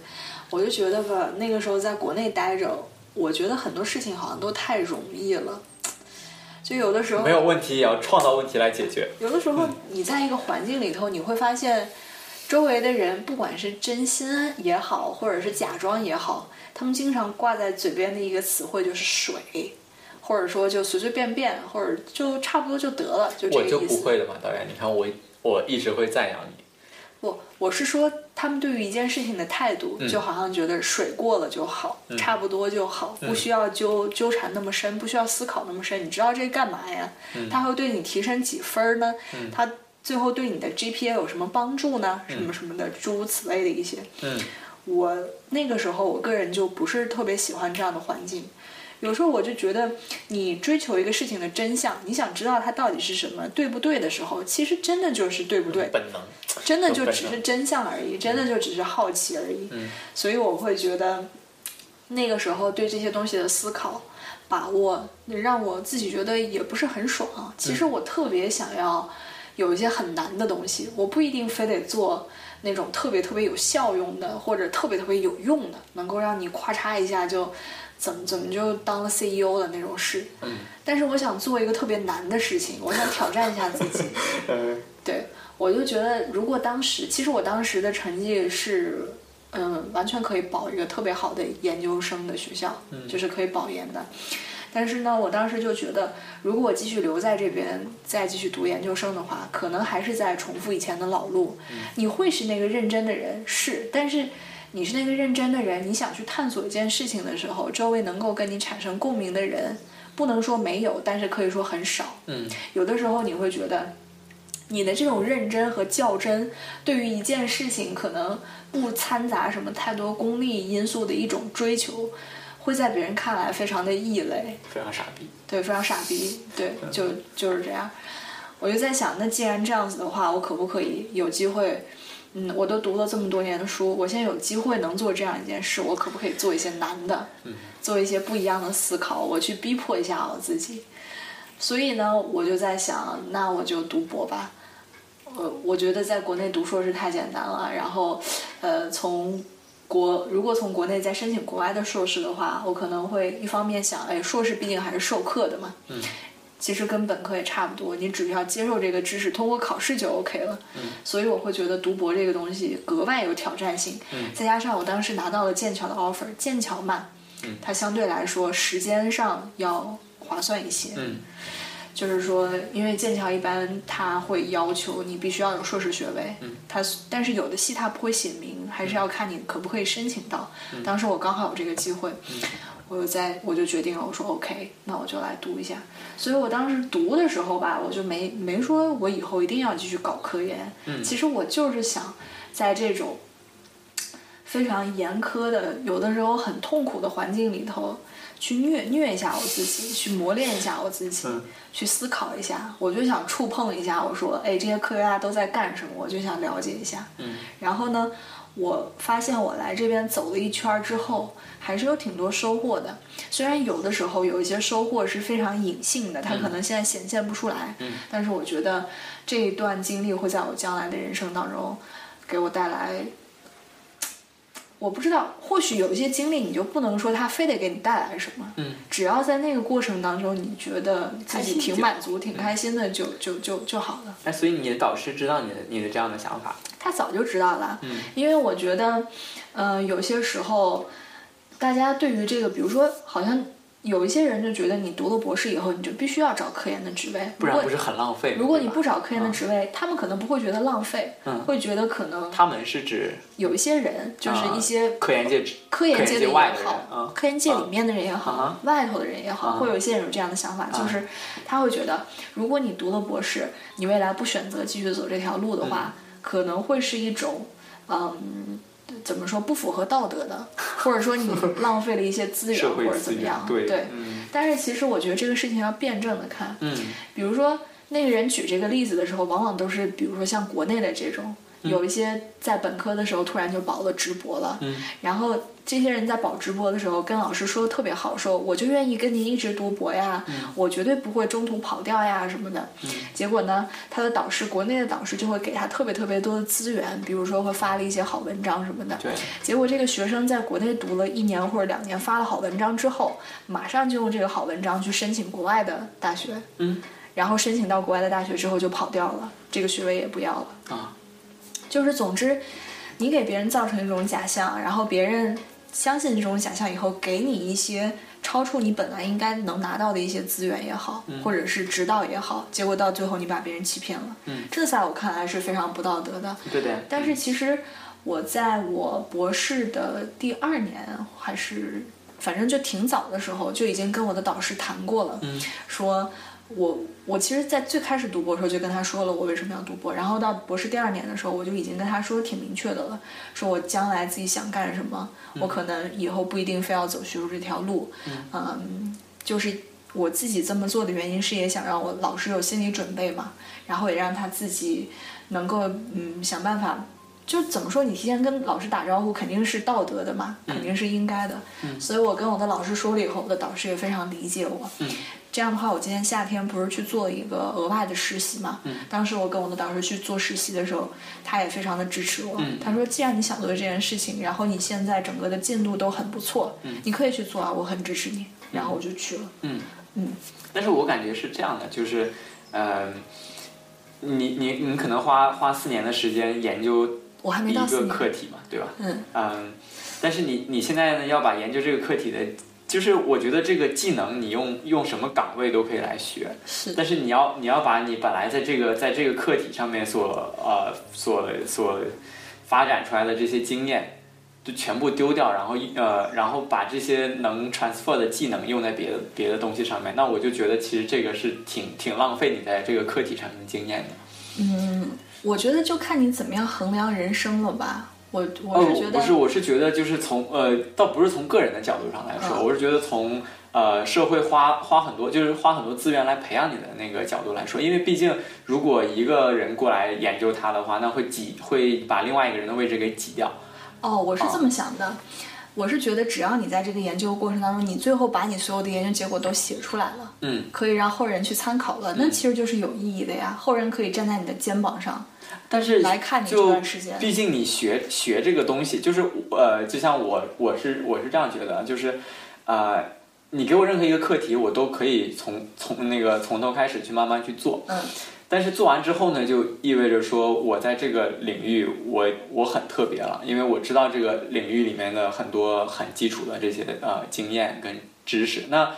S5: 我就觉得吧，那个时候在国内待着，我觉得很多事情好像都太容易了。就有的时候
S4: 没有问题也要创造问题来解决。
S5: 有的时
S4: 嗯
S5: 候你在一个环境里头，你会发现周围的人，不管是真心也好，或者是假装也好，他们经常挂在嘴边的一个词汇就是水，或者说就随随便便，或者就差不多就得了，就这
S4: 我
S5: 个意思。
S4: 就不会的嘛，导演，你看我我一直会赞扬你，
S5: 不，我是说他们对于一件事情的态度，就好像觉得水过了就好，差不多就好，不需要纠纠缠那么深，不需要思考那么深。你知道这干嘛呀？他会对你提升几分儿呢？他最后对你的 GPA 有什么帮助呢？什么什么的，诸如此类的一些。
S4: 嗯
S5: 我那个时候，我个人就不是特别喜欢这样的环境。有时候我就觉得，你追求一个事情的真相，你想知道它到底是什么，对不对的时候，其实真的就是对不对，
S4: 嗯本能。
S5: 真的就只是真相而已，真的就只是好奇而已。所以我会觉得，那个时候对这些东西的思考、把握，让我自己觉得也不是很爽。啊其实我特别想要有一些很难的东西，我不一定非得做那种特别特别有效用的，或者特别特别有用的，能够让你咔嚓一下就怎么怎么就当了 CEO 的那种事。但是我想做一个特别难的事情，我想挑战一下自己。
S4: 嗯
S5: 对，我就觉得，如果当时，其实我当时的成绩是，嗯，完全可以保一个特别好的研究生的学校，就是可以保研的。但是呢，我当时就觉得，如果我继续留在这边，再继续读研究生的话，可能还是在重复以前的老路。你会是那个认真的人，是，但是你是那个认真的人，你想去探索一件事情的时候，周围能够跟你产生共鸣的人，不能说没有，但是可以说很少。
S4: 嗯，
S5: 有的时候你会觉得，你的这种认真和较真，对于一件事情可能不掺杂什么太多功利因素的一种追求，会在别人看来非常的异类，
S4: 非常傻逼。
S5: 对，非常傻逼，对，就就是这样。我就在想，那既然这样子的话，我可不可以有机会？嗯，我都读了这么多年的书，我现在有机会能做这样一件事，我可不可以做一些难的，做一些不一样的思考，我去逼迫一下我自己。所以呢，我就在想，那我就读博吧。呃，我觉得在国内读硕士太简单了，然后，呃，从国如果从国内再申请国外的硕士的话，我可能会一方面想，哎，硕士毕竟还是授课的嘛，嗯，其实跟本科也差不多，你只要接受这个知识，通过考试就 OK 了，嗯，所以我会觉得读博这个东西格外有挑战性，嗯，再加上我当时拿到了剑桥的 offer，剑桥嘛，嗯，它相对来说时间上要划算一些，
S4: 嗯
S5: 就是说，因为剑桥一般它会要求你必须要有硕士学位，它但是有的系它不会写明，还是要看你可不可以申请到。当时我刚好有这个机会，我就在我就决定了，我说 OK，那我就来读一下。所以我当时读的时候吧，我就没没说我以后一定要继续搞科研，其实我就是想在这种非常严苛的，有的时候很痛苦的环境里头，去虐虐一下我自己，去磨练一下我自己，去思考一下。我就想触碰一下，我说，哎，这些科学家都在干什么？我就想了解一下。嗯。然后呢，我发现我来这边走了一圈儿之后，还是有挺多收获的。虽然有的时候有一些收获是非常隐性的，它可能现在显现不出来。嗯。但是我觉得这一段经历会在我将来的人生当中，给我带来我不知道，或许有一些经历，你就不能说它非得给你带来什么。
S4: 嗯，
S5: 只要在那个过程当中，你觉得自己挺满足、挺开心的，就就就就好了。
S4: 哎，所以你的导师知道你的你的这样的想法，
S5: 他早就知道了，
S4: 嗯
S5: 因为我觉得，呃，有些时候，大家对于这个，比如说，好像有一些人就觉得，你读了博士以后，你就必须要找科研的职位，
S4: 不然
S5: 如果
S4: 不是很浪费吗。
S5: 如果你
S4: 对吧
S5: 不找科研的职位，他们可能不会觉得浪费，
S4: 嗯
S5: 会觉得可能
S4: 他们是指
S5: 有一些人就是一些
S4: 科研界之
S5: 科研界
S4: 科
S5: 的
S4: 界
S5: 也
S4: 外的人
S5: 好
S4: 啊，，
S5: 科研界里面的人也
S4: 啊
S5: 好，外头的人也
S4: 啊
S5: 好，会有一些人有这样的想法，就是他会觉得，如果你读了博士，你未来不选择继续走这条路的话，
S4: 嗯
S5: 可能会是一种，嗯。怎么说不符合道德的，或者说你浪费了一些资源
S4: 社
S5: 或
S4: 会
S5: 者
S4: 资
S5: 怎么
S4: 源
S5: 样？
S4: 对
S5: 对
S4: 嗯，
S5: 但是其实我觉得这个事情要辩证的看，
S4: 嗯
S5: 比如说那个人举这个例子的时候，往往都是比如说像国内的这种，
S4: 嗯
S5: 有一些在本科的时候突然就保了直博了，
S4: 嗯
S5: 然后这些人在保直博的时候跟老师说的特别好，说我就愿意跟您一直读博呀，
S4: 嗯
S5: 我绝对不会中途跑掉呀什么的。结果呢，他的导师国内的导师就会给他特别特别多的资源，比如说会发了一些好文章什么的。
S4: 对
S5: 结果这个学生在国内读了一年或者两年，发了好文章之后，马上就用这个好文章去申请国外的大学，
S4: 嗯，
S5: 然后申请到国外的大学之后就跑掉了，这个学位也不要了。
S4: 啊，
S5: 就是总之，你给别人造成一种假象，然后别人相信这种假象以后，给你一些超出你本来应该能拿到的一些资源也好，
S4: 嗯
S5: 或者是指导也好，结果到最后你把别人欺骗了，
S4: 嗯
S5: 这在我看来是非常不道德的。
S4: 对的。
S5: 但是其实我在我博士的第二年还是反正就挺早的时候，就已经跟我的导师谈过了，
S4: 嗯
S5: 说我我其实，在最开始读博的时候就跟他说了我为什么要读博，然后到博士第二年的时候，我就已经跟他说挺明确的了，说我将来自己想干什么，我可能以后不一定非要走学术这条路，嗯就是我自己这么做的原因是也想让我老师有心理准备嘛，然后也让他自己能够嗯想办法。就怎么说，你提前跟老师打招呼肯定是道德的嘛，
S4: 嗯
S5: 肯定是应该的。所以我跟我的老师说了以后，我的导师也非常理解我。
S4: 嗯
S5: 这样的话，我今年夏天不是去做一个额外的实习嘛？
S4: 嗯
S5: 当时我跟我的导师去做实习的时候，他也非常的支持我。
S4: 嗯
S5: 他说，既然你想做这件事情，然后你现在整个的进度都很不错，
S4: 嗯
S5: 你可以去做啊，我很支持你。然后我就去了。
S4: 但是我感觉是这样的，就是，呃，你你你可能花花四年的时间研究
S5: 我还没
S4: 一
S5: 到四
S4: 个
S5: 年，
S4: 课题嘛，对吧？
S5: 嗯
S4: 但是你你现在呢，要把研究这个课题的，就是我觉得这个技能你用用什么岗位都可以来学，
S5: 是
S4: 但是你要你要把你本来在这个在这个课题上面所呃所所发展出来的这些经验。就全部丢掉，然后呃，然后把这些能 transfer 的技能用在别的别的东西上面，那我就觉得其实这个是挺挺浪费你在这个课题上面的经验的。
S5: 我觉得就看你怎么样衡量人生了吧。我我
S4: 哦，
S5: 是觉得、
S4: 不是，我是觉得就是从呃，倒不是从个人的角度上来说，
S5: 嗯
S4: 我是觉得从呃社会花花很多，就是花很多资源来培养你的那个角度来说，因为毕竟如果一个人过来研究它的话，那会挤，会把另外一个人的位置给挤掉。
S5: 哦，我是这么想的。我是觉得，只要你在这个研究过程当中，你最后把你所有的研究结果都写出来了，
S4: 嗯，
S5: 可以让后人去参考了，那其实就是有意义的呀。后人可以站在你的肩膀上，
S4: 但是
S5: 来看你这
S4: 就
S5: 段时间
S4: 毕竟你学学这个东西，就是呃，就像我我是我是这样觉得，啊就是呃，你给我任何一个课题，我都可以从从那个从头开始去慢慢去做。
S5: 嗯。
S4: 但是做完之后呢，就意味着说我在这个领域我我很特别了，因为我知道这个领域里面的很多很基础的这些呃经验跟知识。那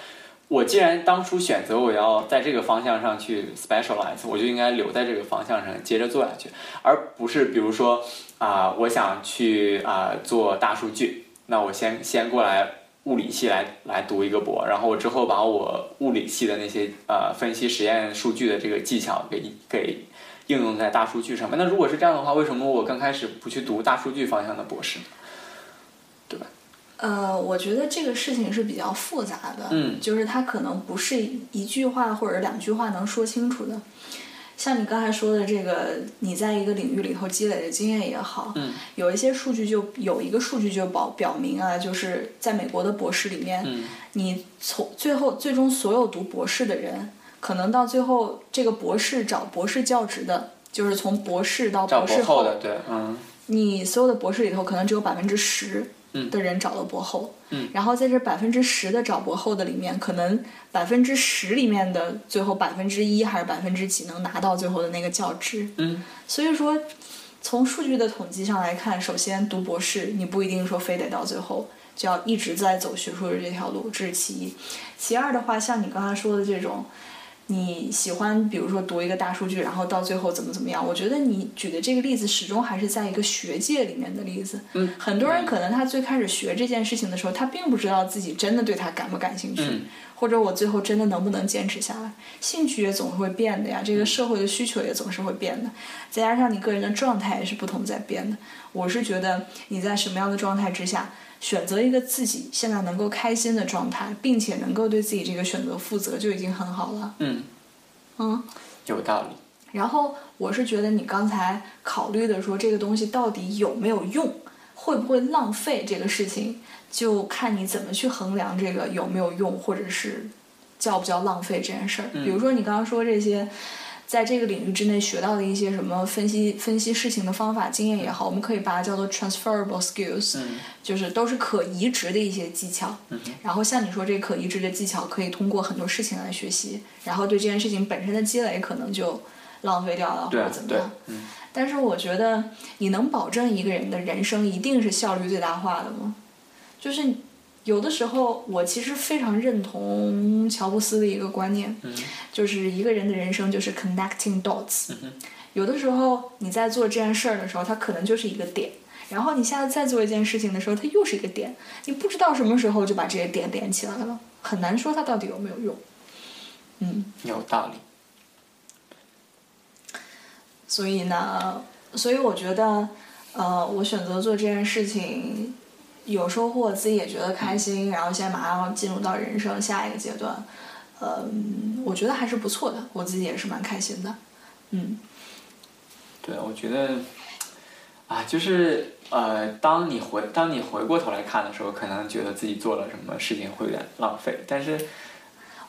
S4: 我既然当初选择我要在这个方向上去 specialize，我就应该留在这个方向上接着做下去，而不是比如说啊、我想去啊、做大数据，那我先先过来物理系来来读一个博，然后我之后把我物理系的那些呃分析实验数据的这个技巧给给应用在大数据上面。那如果是这样的话，为什么我刚开始不去读大数据方向的博士呢？对吧？
S5: 呃，我觉得这个事情是比较复杂的，
S4: 嗯
S5: 就是它可能不是一句话或者两句话能说清楚的。像你刚才说的这个，你在一个领域里头积累的经验也好，
S4: 嗯，
S5: 有一些数据就有一个数据就保表明啊，就是在美国的博士里面，
S4: 嗯
S5: 你从最后最终所有读博士的人，可能到最后这个博士找博士教职的，就是从博士到
S4: 找
S5: 博士
S4: 博后的，对，嗯
S5: 你所有的博士里头，可能只有百分之十
S4: 嗯
S5: 的人找到博后。
S4: 嗯
S5: 然后在这百分之十的找博后的里面，可能百分之十里面的最后百分之一还是百分之几能拿到最后的那个教职。
S4: 嗯，
S5: 所以说，从数据的统计上来看，首先读博士你不一定说非得到最后就要一直在走学术的这条路，这是其一。其二的话，像你刚才说的这种，你喜欢比如说读一个大数据，然后到最后怎么怎么样，我觉得你举的这个例子始终还是在一个学界里面的例子。
S4: 嗯
S5: 很多人
S4: 嗯
S5: 可能他最开始学这件事情的时候，他并不知道自己真的对他感不感兴趣。
S4: 嗯
S5: 或者我最后真的能不能坚持下来？兴趣也总是会变的呀，
S4: 嗯
S5: 这个社会的需求也总是会变的，再加上你个人的状态也是不同在变的。我是觉得你在什么样的状态之下，选择一个自己现在能够开心的状态，并且能够对自己这个选择负责，就已经很好了。
S4: 嗯，
S5: 嗯，
S4: 有道理。
S5: 然后我是觉得你刚才考虑的说这个东西到底有没有用，会不会浪费这个事情，就看你怎么去衡量这个有没有用，或者是叫不叫浪费这件事儿。
S4: 嗯
S5: 比如说你刚刚说这些。在这个领域之内学到的一些什么分析分析事情的方法、经验也好，我们可以把它叫做 transferable skills，、就是
S4: 嗯
S5: 都是可移植的一些技巧。然后像你说这可移植的技巧，可以通过很多事情来学习，然后对这件事情本身的积累可能就浪费掉了，或
S4: 对
S5: 者
S4: 啊
S5: 哦怎么
S4: 对
S5: 样。，但是我觉得，你能保证一个人的人生一定是效率最大化的吗？就是有的时候，我其实非常认同乔布斯的一个观念，就是一个人的人生就是 connecting dots、有的时候你在做这件事儿的时候，它可能就是一个点，然后你下次再做一件事情的时候，它又是一个点，你不知道什么时候就把这些点连起来了，很难说它到底有没有用。
S4: 有道理。
S5: 所以呢，所以我觉得，呃，我选择做这件事情有收获，自己也觉得开心，然后现在马上要进入到人生下一个阶段，嗯，我觉得还是不错的，我自己也是蛮开心的，嗯，
S4: 对，我觉得，啊，就是呃，当你回当你回过头来看的时候，可能觉得自己做了什么事情会有点浪费，但是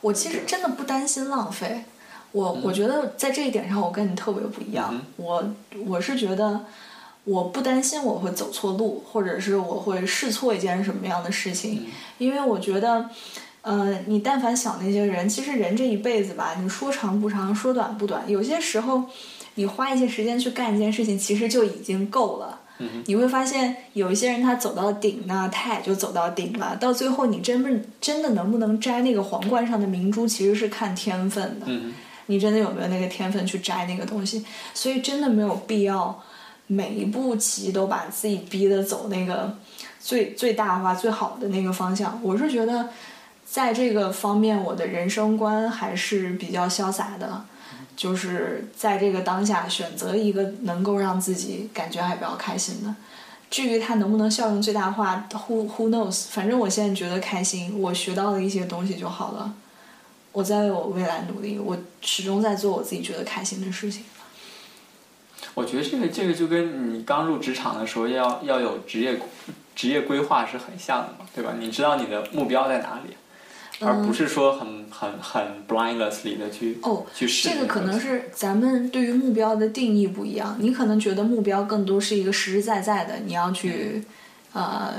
S5: 我其实真的不担心浪费，我我觉得在这一点上我跟你特别不一样，我我是觉得。我不担心我会走错路，或者是我会试错一件什么样的事情，因为我觉得，呃，你但凡想那些人，其实人这一辈子吧，你说长不长，说短不短，有些时候你花一些时间去干一件事情，其实就已经够了。你会发现，有一些人他走到顶呢，他也就走到顶了。到最后，你真不真的能不能摘那个皇冠上的明珠，其实是看天分的。你真的有没有那个天分去摘那个东西？所以真的没有必要每一步棋都把自己逼得走那个最最大化、最好的那个方向。我是觉得，在这个方面，我的人生观还是比较潇洒的，就是在这个当下选择一个能够让自己感觉还比较开心的。至于它能不能效用最大化，who who knows？反正我现在觉得开心，我学到了一些东西就好了。我在为我未来努力，我始终在做我自己觉得开心的事情。
S4: 我觉得这个这个就跟你刚入职场的时候要要有职业职业规划是很像的嘛，对吧？你知道你的目标在哪里，而不是说很很很 blindlessly 的去、
S5: 嗯哦
S4: 去试
S5: 这个可
S4: 东
S5: 能
S4: 西嗯
S5: 是咱们对于目标的定义不一样，你可能觉得目标更多是一个实实在在的，你要去、呃，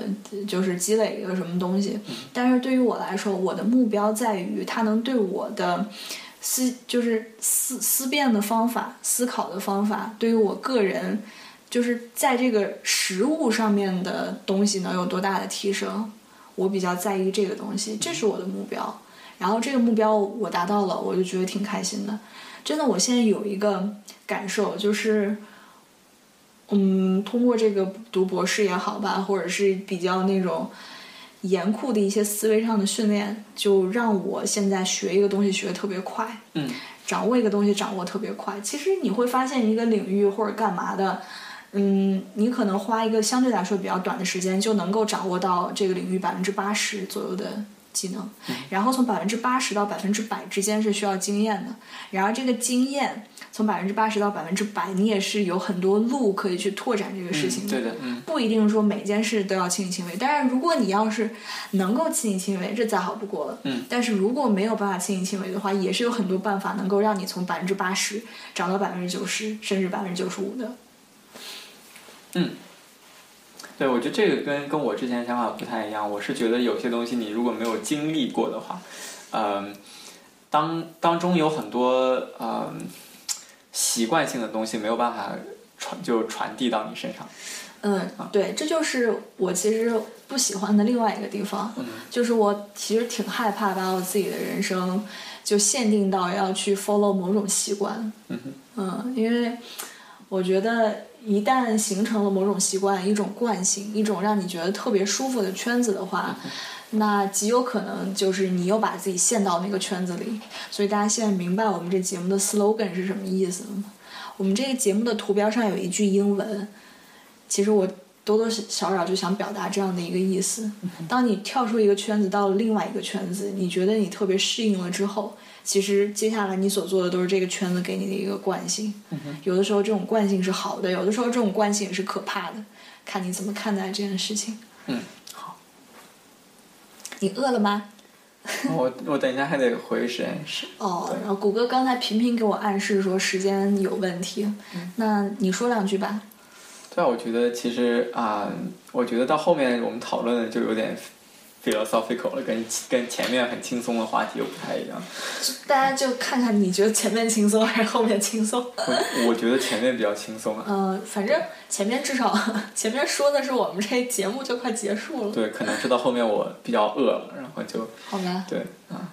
S5: 就是积累一个什么东西。但是对于我来说，我的目标在于它能对我的思，就是思思辨的方法、思考的方法，对于我个人。就是在这个实物上面的东西能有多大的提升，我比较在意这个东西，这是我的目标。然后这个目标我达到了，我就觉得挺开心的。真的，我现在有一个感受，就是，嗯，通过这个读博士也好吧，或者是比较那种严酷的一些思维上的训练，就让我现在学一个东西学的特别快，
S4: 嗯，
S5: 掌握一个东西掌握特别快。其实你会发现一个领域或者干嘛的。嗯，你可能花一个相对来说比较短的时间，就能够掌握到这个领域百分之八十左右的技能，
S4: 嗯
S5: 然后从百分之八十到百分之百之间是需要经验的，然后这个经验从百分之八十到百分之百，你也是有很多路可以去拓展这个事
S4: 嗯
S5: 情的。
S4: 对的，嗯，
S5: 不一定说每件事都要亲力亲为，但是如果你要是能够亲力亲为，这再好不过了。
S4: 嗯
S5: 但是如果没有办法亲力亲为的话，也是有很多办法能够让你从百分之八十涨到百分之九十，甚至百分之九十五的。
S4: 对，我觉得这个跟跟我之前想法不太一样。我是觉得有些东西你如果没有经历过的话，嗯、当当中有很多嗯、习惯性的东西没有办法传就传递到你身上。
S5: 嗯，对，这就是我其实不喜欢的另外一个地方，就是我其实挺害怕把我自己的人生就限定到要去 follow 某种习惯，
S4: 嗯
S5: 嗯，因为我觉得一旦形成了某种习惯、一种惯性、一种让你觉得特别舒服的圈子的话，那极有可能就是你又把自己陷到那个圈子里。所以大家现在明白我们这节目的 slogan 是什么意思了吗？我们这个节目的图标上有一句英文，其实我多多少少就想表达这样的一个意思。当你跳出一个圈子到了另外一个圈子，你觉得你特别适应了之后，其实接下来你所做的都是这个圈子给你的一个惯性。有的时候这种惯性是好的，有的时候这种惯性也是可怕的，看你怎么看待这件事情。
S4: 嗯，
S5: 好。你饿了吗？
S4: 我我等一下还得回实验室。
S5: 哦，然后谷歌刚才频频给我暗示说时间有问题，那你说两句吧。
S4: 对啊，我觉得其实啊、我觉得到后面我们讨论的就有点 philosophical 了，跟跟前面很轻松的话题又不太一样。
S5: 大家就看看你觉得前面轻松还是后面轻 松。
S4: 我我觉得前面比较轻松啊。
S5: 嗯、反正前面至少 前面说的是我们这节目就快结束了，
S4: 对，可能是到后面我比较饿了，然后就
S5: 好吧？
S4: 对啊，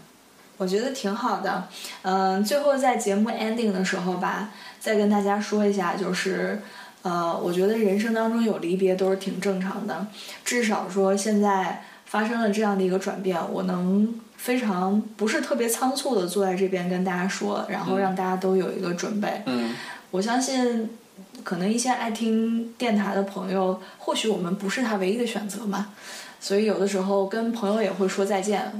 S5: 我觉得挺好的。嗯、最后在节目 ending 的时候吧，再跟大家说一下，就是呃，我觉得人生当中有离别都是挺正常的，至少说现在发生了这样的一个转变，我能非常不是特别仓促的坐在这边跟大家说，然后让大家都有一个准备。
S4: 嗯，
S5: 我相信，可能一些爱听电台的朋友，或许我们不是他唯一的选择嘛，所以有的时候跟朋友也会说再见。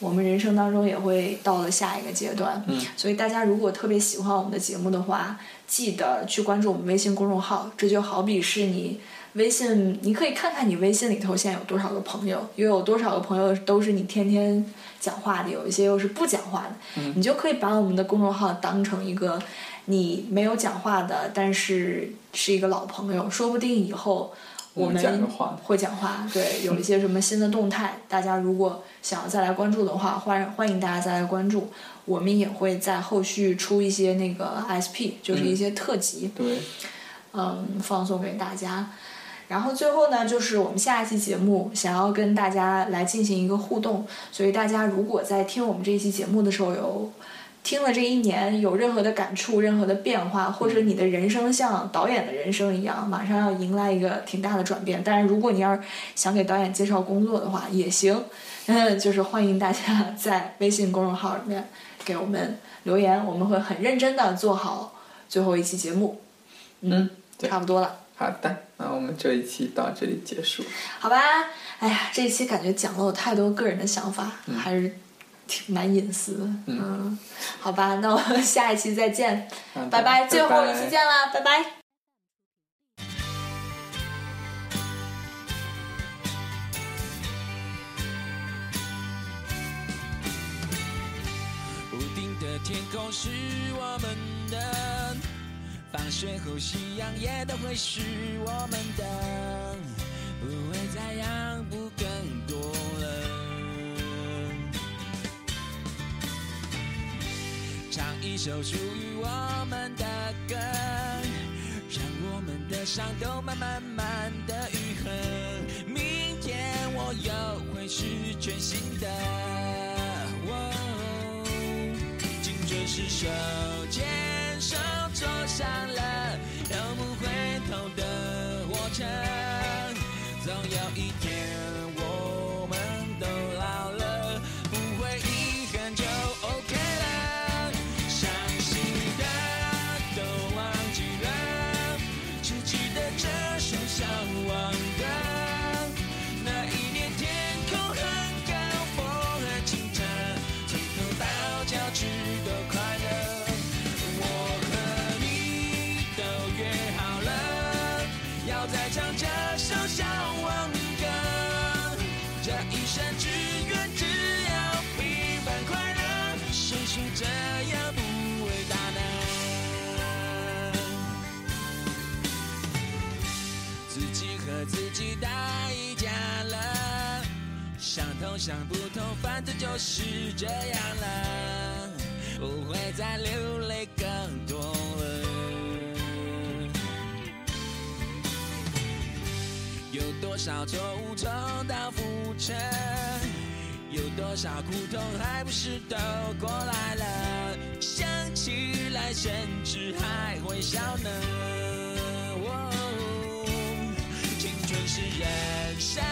S5: 我们人生当中也会到了下一个阶段，
S4: 嗯
S5: 所以大家如果特别喜欢我们的节目的话，记得去关注我们微信公众号。这就好比是你微信，你可以看看你微信里头现在有多少个朋友，又有多少个朋友都是你天天讲话的，有一些又是不讲话的，
S4: 嗯
S5: 你就可以把我们的公众号当成一个你没有讲话的，但是是一个老朋友，说不定以后我
S4: 我们
S5: 们
S4: 讲个话
S5: 会讲话，对，有一些什么新的动态，大家如果想要再来关注的话，欢欢迎大家再来关注。我们也会在后续出一些那个 SP，就是一些特辑，
S4: 对，
S5: 嗯放送给大家。然后最后呢，就是我们下一期节目想要跟大家来进行一个互动，所以大家如果在听我们这一期节目的时候有。听了这一年有任何的感触、任何的变化，或者你的人生像导演的人生一样，马上要迎来一个挺大的转变。但是如果你要是想给导演介绍工作的话，也行， 嗯，就是欢迎大家在微信公众号里面给我们留言，我们会很认真的做好最后一期节目。嗯，
S4: 对
S5: 差不多了，
S4: 好的，那我们这一期到这里结束。
S5: 好吧？哎呀，这一期感觉讲了我太多个人的想法，还是挺蛮隐私的。嗯好吧，那我 们下一期再见，
S4: 好的
S5: 拜嗯拜，最后一期见啦，拜拜
S3: 屋顶的天空是我们的，放学后夕阳也都会是我们的，不会再让步更多了。唱一首属于我们的歌，让我们的伤都慢慢慢的愈合。明天我又会是全新的。哦青春是手牵手走上了永不回头的火车，总有一天我们都老了，不会遗憾就 OK 了。伤心的都忘记了，只记得这首向往的。那一年天空很高，风很清澈，从头到脚趾都快乐。我和你都约好了，要再唱这首向往的歌。这一生只愿只要平凡快乐，谁说这样不伟大呢？自己和自己打一架了，想通想不通，反正就是这样了，不会再流泪更多了。有多少错误重蹈覆辙？有多少苦痛还不是都过来了？想起来甚至还会笑呢。哦青春是人生